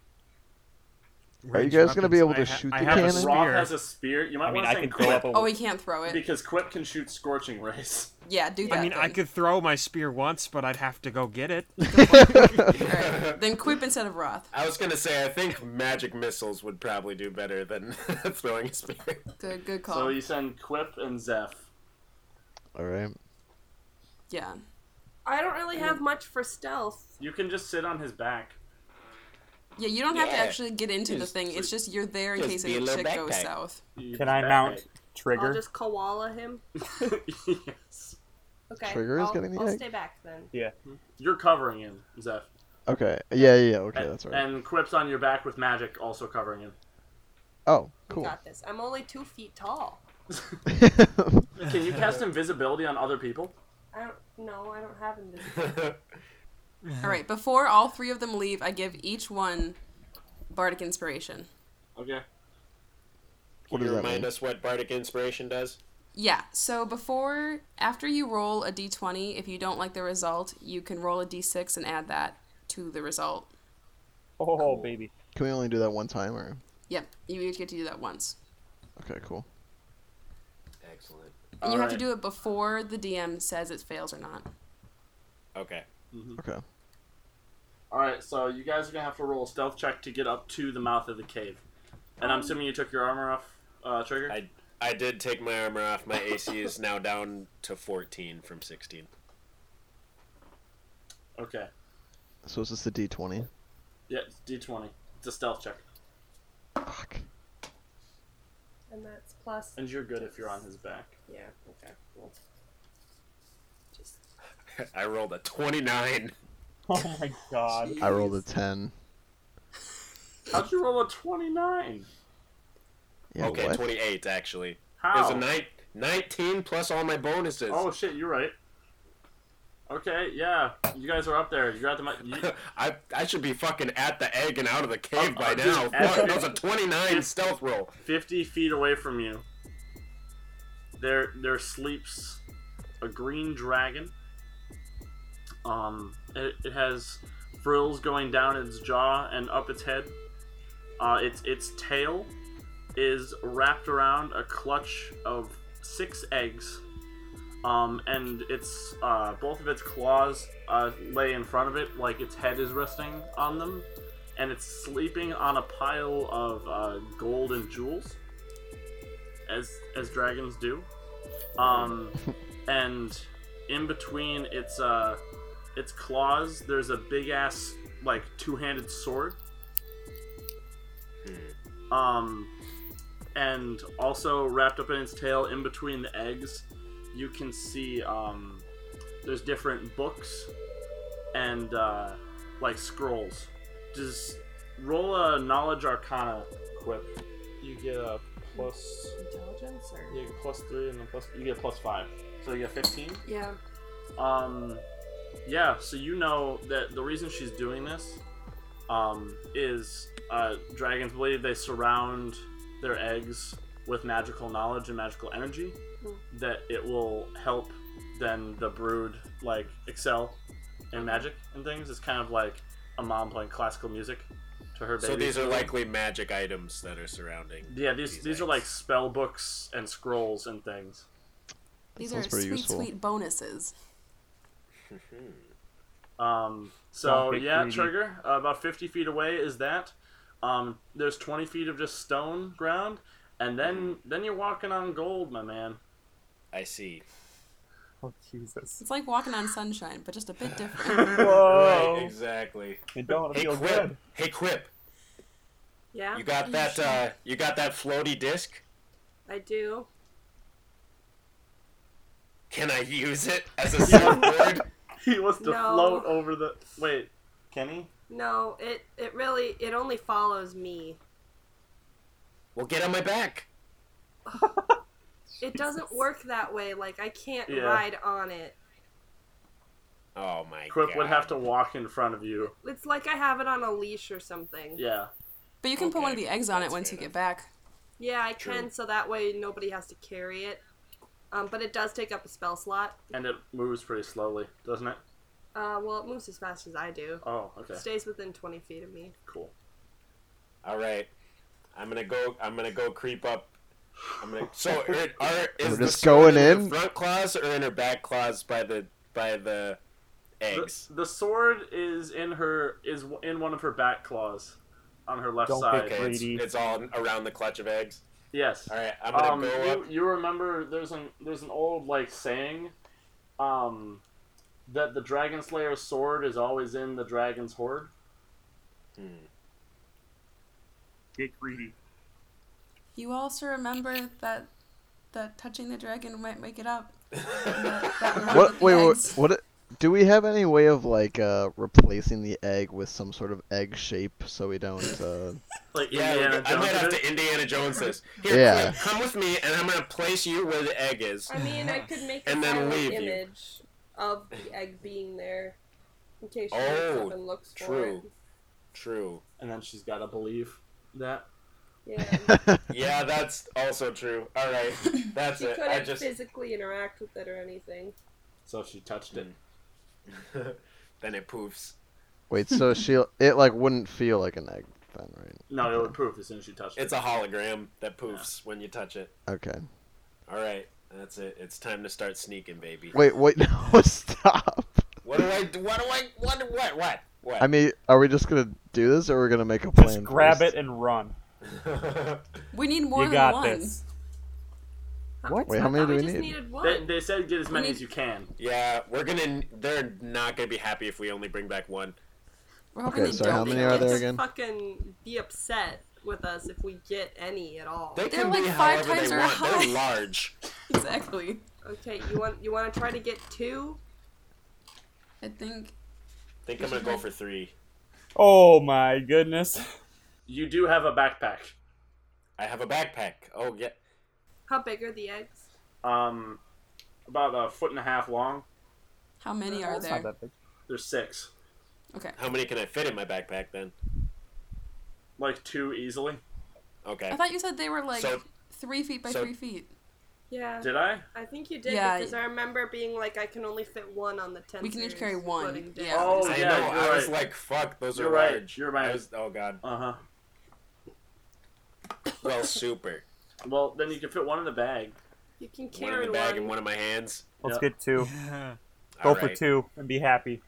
S7: Are you
S5: Ranged
S7: guys gonna be able
S5: weapons. I
S7: to
S5: ha-
S7: shoot
S5: I
S7: the
S5: have a
S7: cannon?
S5: stra-
S8: Rob
S5: Spear.
S8: has a spear. You might
S6: I mean,
S8: want
S6: I
S8: to say
S6: can throw up
S8: Quip,
S6: a.
S3: Oh, we can't throw it.
S8: because Quip can shoot Scorching Rays.
S3: Yeah, do that.
S5: I mean,
S3: then.
S5: I could throw my spear once, but I'd have to go get it.
S3: All right. Then Quip instead of Roth.
S4: I was gonna say I think magic missiles would probably do better than throwing a spear.
S3: Good, good call.
S8: So you send Quip and Zeph.
S7: All right.
S3: Yeah.
S9: I don't really have much for stealth.
S8: You can just sit on his back.
S3: Yeah, you don't have to
S4: Yeah.
S3: actually get into the
S4: Just-
S3: thing. It's just you're there in
S4: just
S3: case
S4: be a
S3: any
S4: little
S3: shit goes
S4: backpack.
S3: south.
S8: You
S6: Can I
S8: back
S6: mount
S9: I'll
S6: trigger?
S9: just koala him.
S8: right. yes.
S9: Okay.
S7: Trigger is
S9: I'll,
S7: getting the
S9: I'll
S7: egg.
S9: stay back then.
S8: You're covering him, Zeph.
S7: Okay. Yeah. Yeah. yeah, Okay.
S8: And-
S7: That's right.
S8: And Quip's on your back with magic, also covering him.
S7: Oh,
S9: We
S7: cool.
S9: Got this. I'm only two feet tall.
S8: Can you cast invisibility on other people?
S9: I don't. No, I don't have invisibility.
S3: All right, before all three of them leave, I give each one bardic inspiration.
S8: Okay.
S7: What
S4: Can
S7: does
S4: you
S7: that
S4: remind
S7: mean?
S4: us what bardic inspiration does?
S3: Yeah, so before, after you roll a d20, if you don't like the result, you can roll a d6 and add that to the result.
S6: oh, baby.
S7: Can we only do that one time, or?
S3: Yep, you each get to do that once.
S7: Okay. Cool.
S4: Excellent.
S3: And you have
S8: Alright.
S3: to do it before the DM says it fails or not.
S4: Okay.
S7: Okay.
S8: All right, so you guys are gonna have to roll a stealth check to get up to the mouth of the cave, and I'm assuming you took your armor off, uh, Trigger.
S4: I I did take my armor off. My AC is now down to 14 from 16.
S8: Okay.
S7: So is this the D20?
S8: Yeah, it's D20. It's a stealth check,
S7: Fuck.
S9: and that's plus.
S8: and you're good if you're on his back.
S9: Yeah. Okay. Cool. Just
S4: I rolled a 29.
S6: Oh my god.
S7: I rolled a 10.
S8: How'd you roll a 29?
S7: Yeah.
S4: okay,
S7: what?
S4: 28 actually. It
S8: How?
S4: was a nine, 19 plus all my bonuses.
S8: Oh shit, you're right. Okay, yeah, you guys are up there. You're at the. mi- You,
S4: I I should be fucking at the egg and out of the cave
S5: Oh,
S8: Uh,
S4: by
S8: uh,
S4: now.
S8: dude, at
S4: Fuck,
S8: the-
S4: that was a 29 stealth roll.
S8: 50 feet away from you, there there sleeps a green dragon. Um, it, it has frills going down its jaw and up its head. Uh, its its tail is wrapped around a clutch of six eggs. Um, and its uh, both of its claws uh, lay in front of it, like its head is resting on them, and it's sleeping on a pile of uh, gold and jewels, as as dragons do. Um, and in between its uh, its claws, there's a big ass like two-handed sword.
S6: Hmm.
S8: Um, and also wrapped up in its tail, in between the eggs, you can see um, there's different books and uh, like scrolls. Just uh, roll a knowledge arcana quip. You get a plus.
S9: intelligence or.
S8: You get plus three and a plus. You get plus five. So you get fifteen.
S9: Yeah.
S8: Um, yeah. So you know that the reason she's doing this, um, is uh, dragons believe they surround their eggs with magical knowledge and magical energy
S9: Mm.
S8: that it will help then the brood like excel in magic and things. It's kind of like a mom playing classical music to her baby.
S4: So these are likely magic items that are surrounding.
S8: yeah, these these, are
S4: eggs.
S8: like spell books and scrolls and things.
S3: These are
S7: sounds pretty
S3: sweet,
S7: useful.
S3: sweet bonuses.
S8: Um, so
S6: Sounds big
S8: yeah,
S6: greedy.
S8: Um, trigger uh, about fifty feet away is that. Um, there's 20 feet of just stone ground, and then then you're walking on gold, my man.
S4: I see.
S5: Oh Jesus!
S3: It's like walking on sunshine, but just a bit different.
S5: Whoa!
S4: Right, exactly.
S5: It don't
S4: Hey
S5: feel
S4: Quip.
S5: good.
S4: Hey Quip.
S9: Yeah,
S4: You got that uh you got that floaty disc?
S9: I do.
S4: Can I use it as a soundboard?
S8: He wants to
S9: No.
S8: float over the. Wait, Kenny?
S9: No, it it really it only follows me.
S4: well get on my back.
S9: It doesn't work that way. Like I can't
S8: Yeah.
S9: ride on it.
S4: Oh my
S8: Quip
S4: god.
S8: would have to walk in front of you.
S9: It's like I have it on a leash or something.
S8: Yeah.
S3: but you can put one of
S4: Okay,
S3: the eggs on it
S4: that's
S3: once
S4: fair
S3: you get back.
S9: Yeah, I can, so that way nobody has to carry it. Um, but it does take up a spell slot.
S8: And it moves pretty slowly, doesn't it?
S9: Uh, well, it moves as fast as I do.
S8: Oh, okay.
S9: Stays within 20 feet of me.
S8: Cool.
S4: All right. I'm gonna go. I'm gonna go creep up. I'm gonna. So are, are is
S7: We're
S4: the
S7: just
S4: sword
S7: going
S4: her
S7: in?
S4: front claws or in her back claws by the by the
S8: The,
S4: eggs?
S8: the sword is in her is w- in one of her back claws, on her left
S5: Don't
S8: side.
S5: pick it.
S4: okay, it's,
S5: Brady.
S4: it's all around the clutch of eggs.
S8: Yes.
S4: All right, I'm gonna
S8: Um,
S4: go
S8: you,
S4: up.
S8: you remember there's an there's an old like saying, um, that the dragon slayer's sword is always in the dragon's hoard.
S5: Get greedy.
S3: You also remember that that touching the dragon might wake it up. That- that one with
S7: What?
S3: the
S7: Wait, wait,
S3: eggs.
S7: what? Do we have any way of like uh, replacing the egg with some sort of egg shape so we don't? Uh...
S8: Like
S4: Yeah,
S8: Indiana
S4: I might
S8: Jones
S4: have
S8: did.
S4: to Indiana Jones this. Here,
S7: Yeah.
S4: Quinn, come with me, and I'm gonna place you where the egg is.
S9: I mean, I could make
S4: And
S9: a
S4: then
S9: silent
S4: leave you.
S9: image of the egg being there in case she
S4: Oh,
S9: wakes up and looks
S4: true.
S9: for
S4: True.
S8: and then she's got to believe that.
S9: it. Yeah.
S4: Yeah, that's also true. All right, that's
S9: She
S4: it. I
S9: couldn't
S4: just
S9: physically interact with it or anything.
S8: So she touched it.
S4: then it poofs.
S7: Wait, so she it like wouldn't feel like an egg then, right?
S8: No, it would proof as soon as she touched
S4: It's
S8: it.
S4: a hologram that poofs when you touch it.
S7: Okay.
S4: All right, that's it. It's time to start sneaking, baby.
S7: Wait, wait, no, stop.
S4: What do I? do? What do I? What? do- What? What? What?
S7: I mean, are we just gonna do this, or we're gonna make a plan?
S5: Just grab
S7: first?
S5: it and run.
S3: We need more
S5: you
S3: than
S5: got
S3: one.
S5: this.
S7: What? Wait, how
S9: I
S7: many
S9: thought
S7: do we
S9: just
S7: need?
S9: needed one.
S8: They, they said get as many as you can.
S4: yeah, we're gonna. They're not gonna be happy if we only bring back one.
S3: We're hoping
S7: Okay,
S3: they
S7: sorry,
S3: don't
S7: how many
S3: make
S7: are
S3: it.
S7: there
S9: Just
S7: again?
S9: Fucking be upset with us if we get any at all.
S4: They
S3: They're
S4: can be
S3: like five
S4: however
S3: times
S4: they
S3: our
S4: want.
S3: height.
S4: They're large.
S3: Exactly.
S9: Okay, you want you want to try to get two?
S3: I think
S4: I think I'm gonna go for three.
S5: Oh my goodness.
S8: You do have a backpack.
S4: I have a backpack. Oh yeah.
S9: How big are the eggs?
S8: Um, about a foot and a half long.
S3: how many are
S5: It's not
S3: there?
S5: that big.
S8: There's six.
S3: Okay.
S4: How many can I fit in my backpack then?
S8: Like two easily.
S4: Okay.
S3: I thought you said they were like
S4: So-
S3: three feet by
S4: so-
S3: three feet.
S9: Yeah,
S8: Did I?
S9: I think you did
S3: Yeah.
S9: because I remember being like, I can only fit one on the ten.
S3: We can each
S9: series
S3: carry one,
S9: floating disc.
S3: yeah.
S8: Oh
S4: I
S8: yeah,
S4: know.
S8: you're
S4: I was
S8: right.
S4: like, "Fuck, those
S8: You're
S4: are
S8: right,
S4: large."
S8: you're right.
S4: I was, oh god.
S8: Uh huh.
S4: Well, super.
S8: Well, then you can fit one in the bag.
S9: You can
S4: one in
S9: carry
S4: the
S9: one.
S4: bag and one in my hands.
S5: Let's
S8: Yeah.
S5: get two. Go
S4: All
S5: for
S4: right.
S5: two and be happy.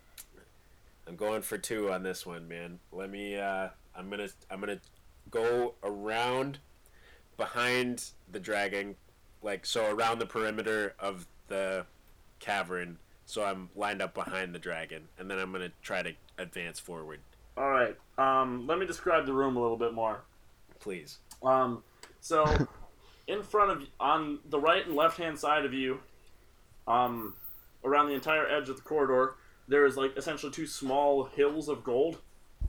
S4: I'm going for two on this one, man. Let me. Uh, I'm gonna. I'm gonna go around behind the dragon, like so around the perimeter of the cavern. So I'm lined up behind the dragon, and then I'm gonna try to advance forward.
S8: All right. Um, let me describe the room a little bit more.
S4: Please.
S8: Um, so in front of on the right and left hand side of you, um, around the entire edge of the corridor, there is like essentially two small hills of gold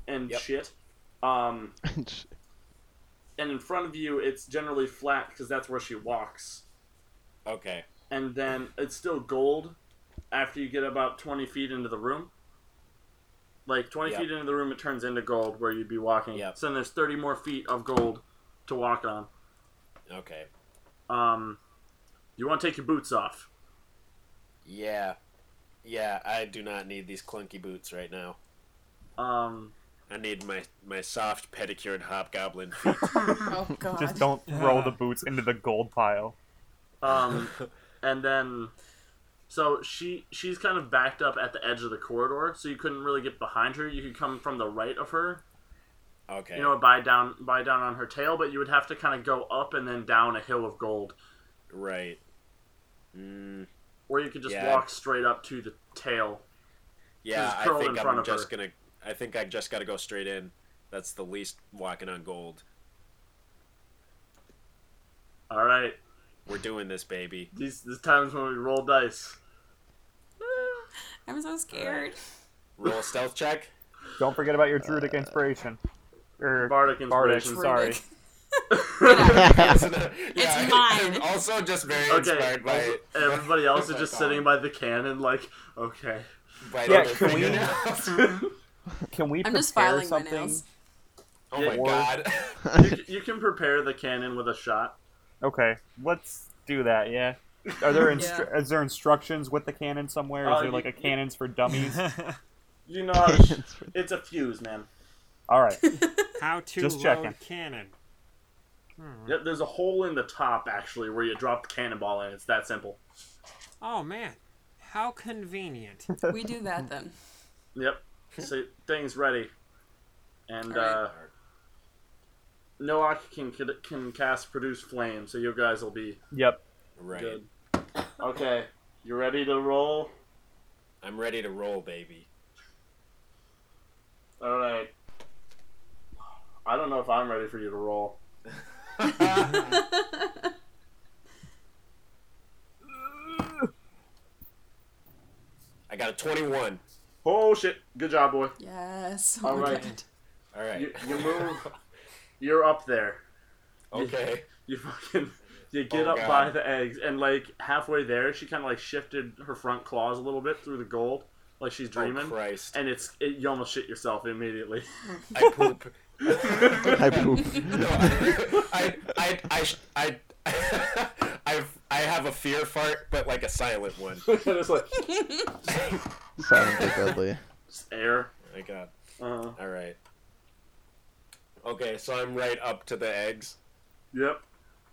S8: and
S4: Yep.
S8: shit. Um, and in front of you, it's generally flat because that's where she walks.
S4: Okay.
S8: And then it's still gold after you get about 20 feet into the room. Like 20
S4: Yep.
S8: feet into the room, it turns into gold where you'd be walking.
S4: Yep.
S8: So then there's 30 more feet of gold to walk on.
S4: Okay.
S8: Um, you want to take your boots off.
S4: Yeah. Yeah. I do not need these clunky boots right now.
S8: Um,
S4: I need my my soft pedicured hobgoblin feet.
S3: Oh god.
S5: Just don't roll the boots into the gold pile.
S8: um, and then, so she she's kind of backed up at the edge of the corridor, so you couldn't really get behind her. You could come from the right of her,
S4: Okay.
S8: you know, buy down, buy down on her tail, but you would have to kind of go up and then down a hill of gold,
S4: right. Mm,
S8: or you could just
S4: Yeah.
S8: walk straight up to the tail.
S4: yeah,
S8: Just
S4: I
S8: curl in
S4: think
S8: front
S4: I'm
S8: of her.
S4: just gonna. I think I just gotta go straight in. That's the least walking on gold.
S8: All right,
S4: We're doing this, baby.
S8: these these times when we roll dice.
S3: I'm so scared.
S4: Roll stealth check.
S6: Don't forget about your druidic inspiration. Or
S8: Bardic
S6: bardic.
S8: inspiration.
S6: Sorry.
S4: Yeah,
S3: mine.
S4: I'm also just very
S8: Okay.
S4: inspired by,
S8: Everybody else is
S4: by
S8: just
S4: Tom.
S8: sitting by the cannon, like, okay.
S4: by
S6: Yeah,
S4: their
S6: can we-
S4: fingernails.
S6: Can we
S3: I'm
S6: prepare
S3: just filing my
S6: something?
S3: nails.
S4: oh
S8: Yeah.
S4: my god.
S8: You, you can prepare the cannon with a shot.
S6: Okay, let's do that. Yeah. Are there instru-
S3: Yeah.
S6: is there instructions with the cannon somewhere? Is
S8: Uh,
S6: there
S8: you-
S6: like a
S8: you-
S6: cannons for dummies?
S8: You know, how to sh-
S7: It's for-
S8: it's a fuse, man.
S6: All right.
S5: How to
S6: Just
S5: load
S6: checking.
S5: cannon.
S8: Yep, there's a hole in the top actually where you drop the cannonball in. It's that simple.
S5: Oh man, how convenient.
S3: we do that then.
S8: Yep. So things ready, and
S3: All right.
S8: uh, Noak can can cast produce flame, so you guys will be
S6: Yep.
S4: right.
S8: good. Okay, you ready to roll?
S4: I'm ready to roll, baby.
S8: All right. I don't know if I'm ready for you to roll.
S4: I got a 21.
S8: Oh shit! Good job, boy.
S3: Yes.
S8: All
S3: Oh my
S8: right.
S3: God.
S4: All right.
S8: You, you move. You're up there.
S4: okay.
S8: You fucking you get
S4: Oh,
S8: up
S4: God.
S8: by the eggs and like halfway there, she kind of like shifted her front claws a little bit through the gold, like she's
S4: Oh,
S8: dreaming.
S4: Christ.
S8: and it's it, you almost shit yourself immediately.
S4: I poop.
S7: I poop.
S4: No, I, I, I, sh- I, I've, I have a fear fart, but like a silent one. Oh
S8: and it's like
S7: Silent but deadly.
S8: just air.
S4: my god.
S8: Uh,
S4: All right. Okay, so I'm right up to the eggs.
S8: yep.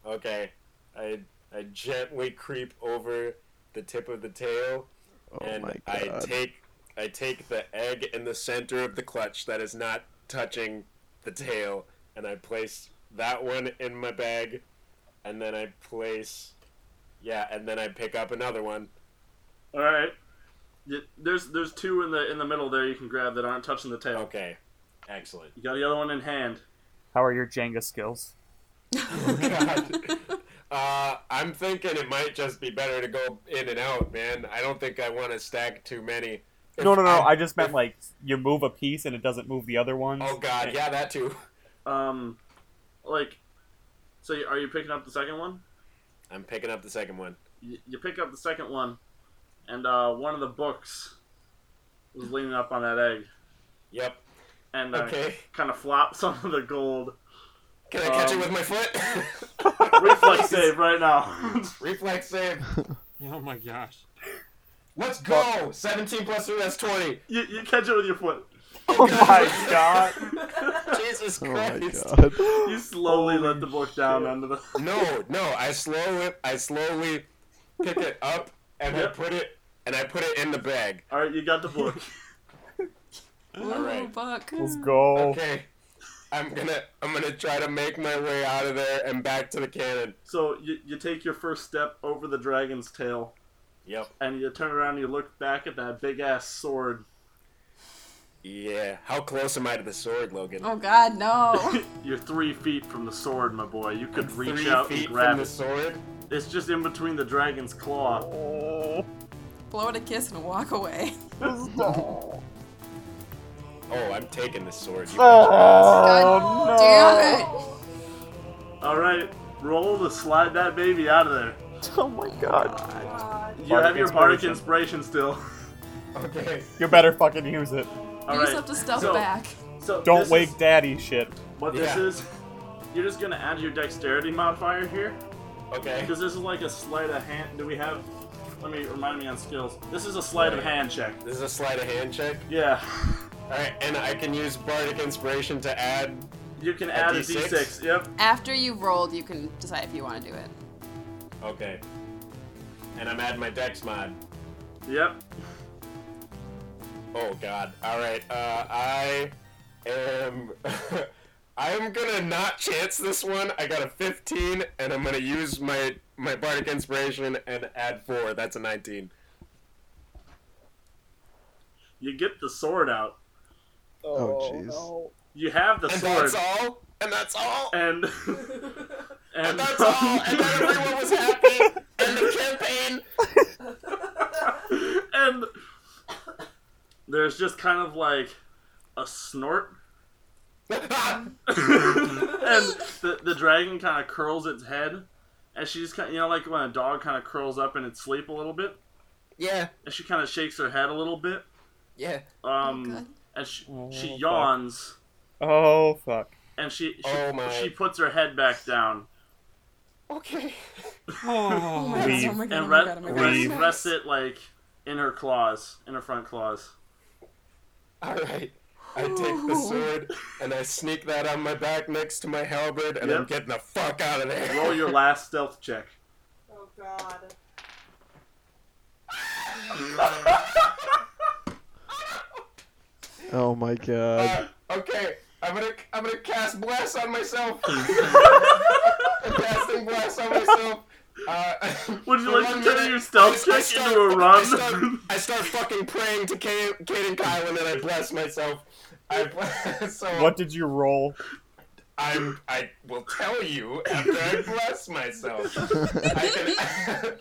S4: Okay. I, I gently creep over the tip of the tail,
S7: Oh
S4: and
S7: my
S4: I
S7: god.
S4: take, I take the egg in the center of the clutch that is not touching the tail, and I place that one in my bag, and then I place, yeah, and then I pick up another one.
S8: All right. Y there's there's two in the in the middle there you can grab that aren't touching the tail.
S4: Okay, excellent.
S8: You got the other one in hand.
S6: How are your Jenga skills?
S4: Oh, God. uh, I'm thinking it might just be better to go in and out, man. I don't think I want to stack too many. If
S6: No, no, no.
S4: I-
S6: I just meant like you move a piece and it doesn't move the other ones.
S4: oh God, yeah, that too.
S8: Um, like, so you, are you picking up the second one?
S4: I'm picking up the second one.
S8: You, you pick up the second one, and uh, one of the books was leaning up on that egg,
S4: Yep.
S8: and uh,
S4: Okay.
S8: kind of flops onto the gold.
S4: Can I catch
S8: Um,
S4: it with my foot?
S8: Reflex save right now.
S4: Reflex save.
S5: Oh my gosh.
S4: Let's go. 17 plus 3, that's 20.
S8: you, you catch it with your foot.
S6: Oh my god.
S4: Jesus
S7: Oh my
S4: Christ.
S7: god. Oh,
S8: You slowly let the book down under the.
S4: No, no. I slowly, I slowly pick it up and I
S8: Yep.
S4: put it and I put it in the bag.
S8: All right, you got the book.
S3: Ooh,
S4: right.
S3: book.
S6: Let's
S8: Oh.
S6: go.
S4: Okay. I'm gonna, I'm gonna try to make my way out of there and back to the cannon.
S8: so you, you take your first step over the dragon's tail,
S4: Yep.
S8: and you turn around and you look back at that big ass sword.
S4: Yeah. How close am I to the sword, Logan?
S3: Oh God, no.
S8: You're three feet from the sword, my boy. You could reach
S4: Three
S8: out
S4: feet
S8: and grab
S4: from the
S8: it.
S4: sword.
S8: It's just in between the dragon's claw.
S3: Blow it a kiss and walk away.
S4: Oh, I'm taking the sword. You
S7: Oh.
S3: God damn it.
S8: All right, roll to slide that baby out of there.
S6: Oh my god.
S8: You
S6: Bardic
S8: have your bardic
S6: inspiration.
S8: inspiration still.
S4: Okay.
S6: You better fucking use it.
S8: All
S3: you just have
S8: right.
S3: to step
S8: So-
S3: back.
S8: So
S6: Don't
S8: this
S6: wake
S8: is-
S6: daddy shit.
S8: What this
S4: Yeah.
S8: is, you're just gonna add your dexterity modifier here.
S4: Okay.
S8: Because this is like a sleight of hand. Do we have? Let me remind me on skills. This is a sleight of hand check.
S4: This is a sleight of hand check.
S8: Yeah,
S4: All right, and I can use bardic inspiration to add.
S8: you can add a
S4: D6?
S8: d6. Yep.
S3: After you've rolled, you can decide if you want to do it.
S4: Okay. And I'm adding my dex mod.
S8: Yep.
S4: Oh God. All right. Uh, I am. I'm gonna not chance this one. I got a 15, and I'm gonna use my my bardic inspiration and add four. That's a 19.
S8: You get the sword out.
S7: Oh, jeez.
S8: You have the
S4: And
S8: sword.
S4: that's all. And that's all.
S8: And and,
S4: And that's all. And then everyone was happy. And the campaign.
S8: and there's just kind of like a snort and the, the dragon kind of curls its head and she just kind of, you know like when a dog kind of curls up in its sleep a little bit
S4: yeah.
S8: and she kind of shakes her head a little bit
S4: Yeah.
S8: um
S3: good.
S8: and she,
S11: Oh,
S8: she
S11: fuck.
S8: yawns
S11: Oh fuck.
S8: and she she,
S4: Oh, my.
S8: she puts her head back down
S4: Okay.
S3: Oh
S11: Oh,
S3: my god, oh my god, oh
S8: and
S3: my
S8: re-
S3: god, oh my
S8: re-
S3: god.
S8: rests it like in her claws in her front claws
S4: All right. I take the sword and I sneak that on my back next to my halberd, and I'm
S8: Yep.
S4: getting the fuck out of there.
S8: roll your last stealth check
S9: Oh god.
S7: Oh my god.
S4: Uh, okay, I'm gonna I'm gonna cast bless on myself. I'm casting bless on myself. Uh,
S8: Would you
S4: for
S8: like to
S4: one
S8: turn
S4: minute,
S8: your stealth
S4: I just-
S8: check
S4: I start-
S8: into a
S4: I
S8: run?
S4: start, I start fucking praying to Kate, Kate and Kyle, and then I bless myself. I bless, so
S11: what did you roll?
S4: I'm I will tell you after I bless myself. I can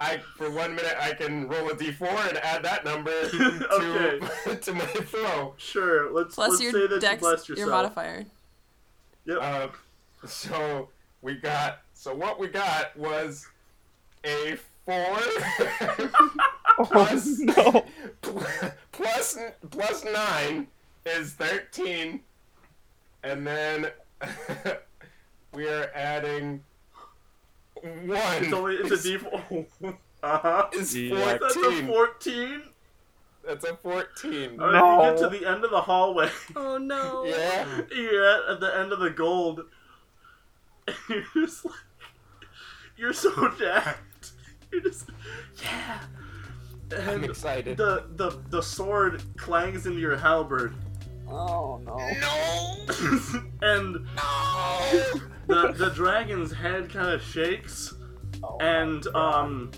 S4: I for one minute I can roll a d4 and add that number to
S8: Okay.
S4: to my throw.
S8: sure let's
S3: Plus
S8: let's say
S3: your
S8: that you
S3: dex,
S8: blessed yourself
S3: your modifier.
S4: Uh, so we got so what we got was a four
S11: Oh
S4: Plus-
S11: no.
S4: plus plus nine is thirteen, and then we are adding one.
S8: It's only it's a D four. Uh huh.
S4: is
S5: Yeah.
S8: That's a
S4: 14.
S8: fourteen.
S4: That's a 14.
S8: All right,
S11: No.
S8: You get to the end of the hallway.
S9: Oh no.
S4: Yeah.
S8: You're at, at the end of the gold. And you're just like, you're so jacked. You're just yeah.
S4: I'm
S8: And
S4: excited.
S8: the the the sword clangs into your halberd,
S11: Oh no.
S4: No!
S8: and the the dragon's head kind of shakes,
S11: Oh,
S8: and um,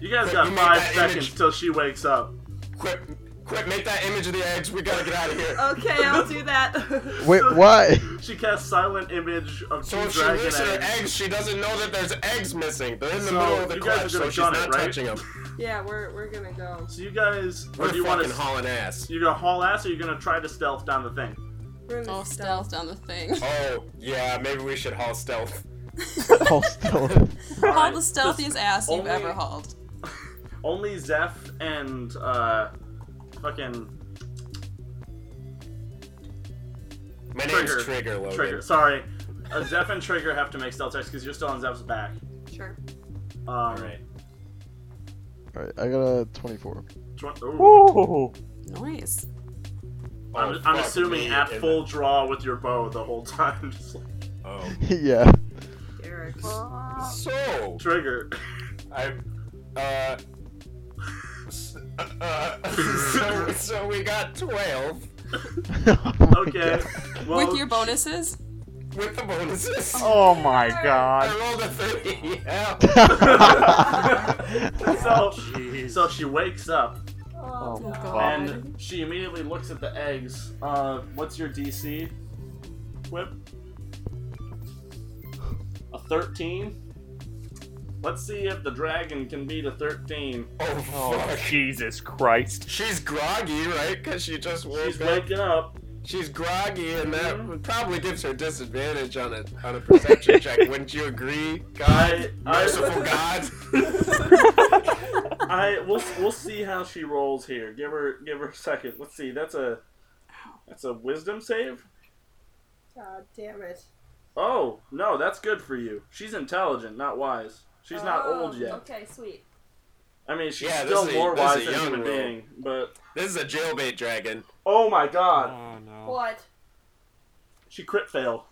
S8: you guys
S4: Wait,
S8: got
S4: you made
S8: five
S4: that
S8: seconds
S4: image-
S8: till she wakes up.
S4: Quick, quick, make that image of the eggs. We gotta get out of here.
S9: Okay, I'll do that.
S7: Wait, why?
S8: She casts silent image of
S4: So
S8: two
S4: if she
S8: dragon
S4: loses
S8: eggs.
S4: her eggs, she doesn't know that there's eggs missing. They're in the
S8: So,
S4: middle of the
S8: you guys
S4: clutch,
S8: are
S4: so
S8: gonna
S4: she's
S8: gun
S4: not
S8: it, right?
S4: touching them.
S9: yeah, we're we're gonna go.
S8: So you guys,
S4: We're
S8: or do you want
S4: fucking
S8: to?
S4: hauling ass.
S8: You're gonna haul ass, or you're gonna try to stealth down the thing.
S9: We're gonna
S3: Oh, stealth on the thing.
S4: Oh, yeah, maybe we should haul stealth.
S7: All stealth.
S3: All
S8: Alright,
S3: the
S8: just
S3: stealthiest ass you've
S8: only-
S3: ever hauled.
S8: Only Zeph and uh, fucking
S4: My name's
S8: Trigger.
S4: Trigger, Logan.
S8: Trigger. Sorry, uh, Zeph and Trigger have to make stealth checks because you're still on Zeph's back.
S9: Sure.
S8: Um, All right.
S7: Alright, I got a 24.
S11: Ooh.
S3: Nice.
S4: Oh,
S8: I'm, I'm
S4: fuck
S8: assuming
S4: me,
S8: at
S4: isn't
S8: full
S4: it?
S8: draw with your bow the whole time. Just like,
S4: Oh.
S7: yeah.
S9: Derek.
S4: So,
S8: Trigger.
S4: I'm, uh, s- uh, so, so we got 12
S7: Oh my
S8: Okay.
S7: God.
S8: Well,
S3: With your bonuses?
S4: with the bonuses.
S11: Oh my god.
S4: I rolled a 30. Yeah. Oh,
S8: so,
S5: Jeez.
S8: so she wakes up
S11: Oh,
S3: Oh
S11: fuck.
S3: god.
S8: and she immediately looks at the eggs. Uh, what's your DC? Whip. A thirteen. Let's see if the dragon can beat a thirteen.
S4: Oh,
S11: Oh,
S4: fuck.
S11: Jesus Christ.
S4: She's groggy, right? Because she just woke
S8: She's
S4: up.
S8: waking up.
S4: She's groggy, and that probably gives her disadvantage on a on a perception check. Wouldn't you agree, God?
S8: I- I-
S4: Merciful God.
S8: I we'll we'll see how she rolls here. Give her give her a second. Let's see. That's a that's a wisdom save.
S9: God damn it.
S8: Oh no, that's good for you. She's intelligent, not wise. She's not
S9: Oh,
S8: old yet.
S9: Okay, sweet.
S8: I mean, she's
S4: Yeah, this
S8: still
S4: is a-
S8: more
S4: this is a
S8: wise than a
S4: young
S8: human
S4: girl.
S8: being. But
S4: This is a jailbait dragon.
S8: oh my god,
S5: Oh no.
S9: What?
S8: she crit fail.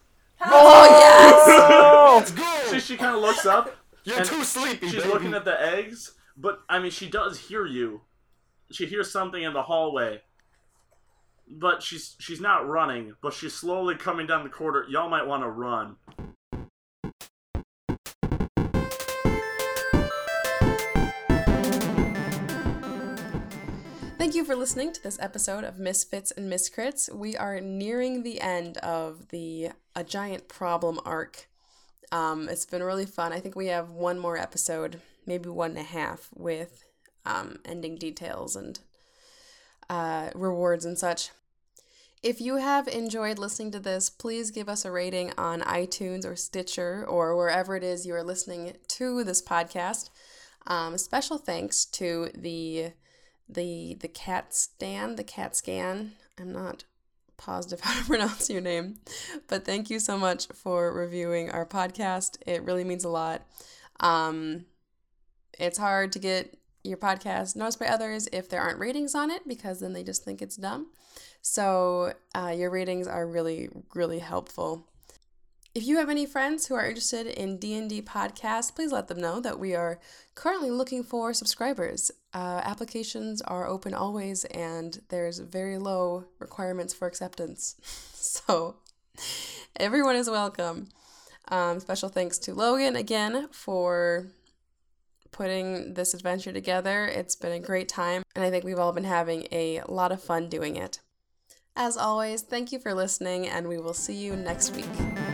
S4: Oh, Let's
S8: So
S4: go.
S8: she kind of looks up.
S4: You're
S8: and
S4: too sleepy,
S8: She's
S4: baby.
S8: looking at the eggs, but I mean, she does hear you. She hears something in the hallway,
S6: but she's she's not running, but she's slowly coming down the corridor. Y'all might want to run.
S3: Thank you for listening to this episode of Misfits and Miscrits. We are nearing the end of the A Giant Problem arc. Um, it's been really fun. I think we have one more episode, maybe one and a half, with um, ending details and uh, rewards and such. If you have enjoyed listening to this, please give us a rating on iTunes or Stitcher or wherever it is you are listening to this podcast. Um, special thanks to the the the cat stan the cat scan i'm not positive how to pronounce your name but thank you so much for reviewing our podcast it really means a lot um it's hard to get your podcast noticed by others if there aren't ratings on it because then they just think it's dumb so uh, your ratings are really really helpful if you have any friends who are interested in D&D podcasts, please let them know that we are currently looking for subscribers. Uh, applications are open always, and there's very low requirements for acceptance. so everyone is welcome. Um, special thanks to Logan again for putting this adventure together. It's been a great time, and I think we've all been having a lot of fun doing it. As always, thank you for listening, and we will see you next week.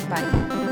S3: Bye.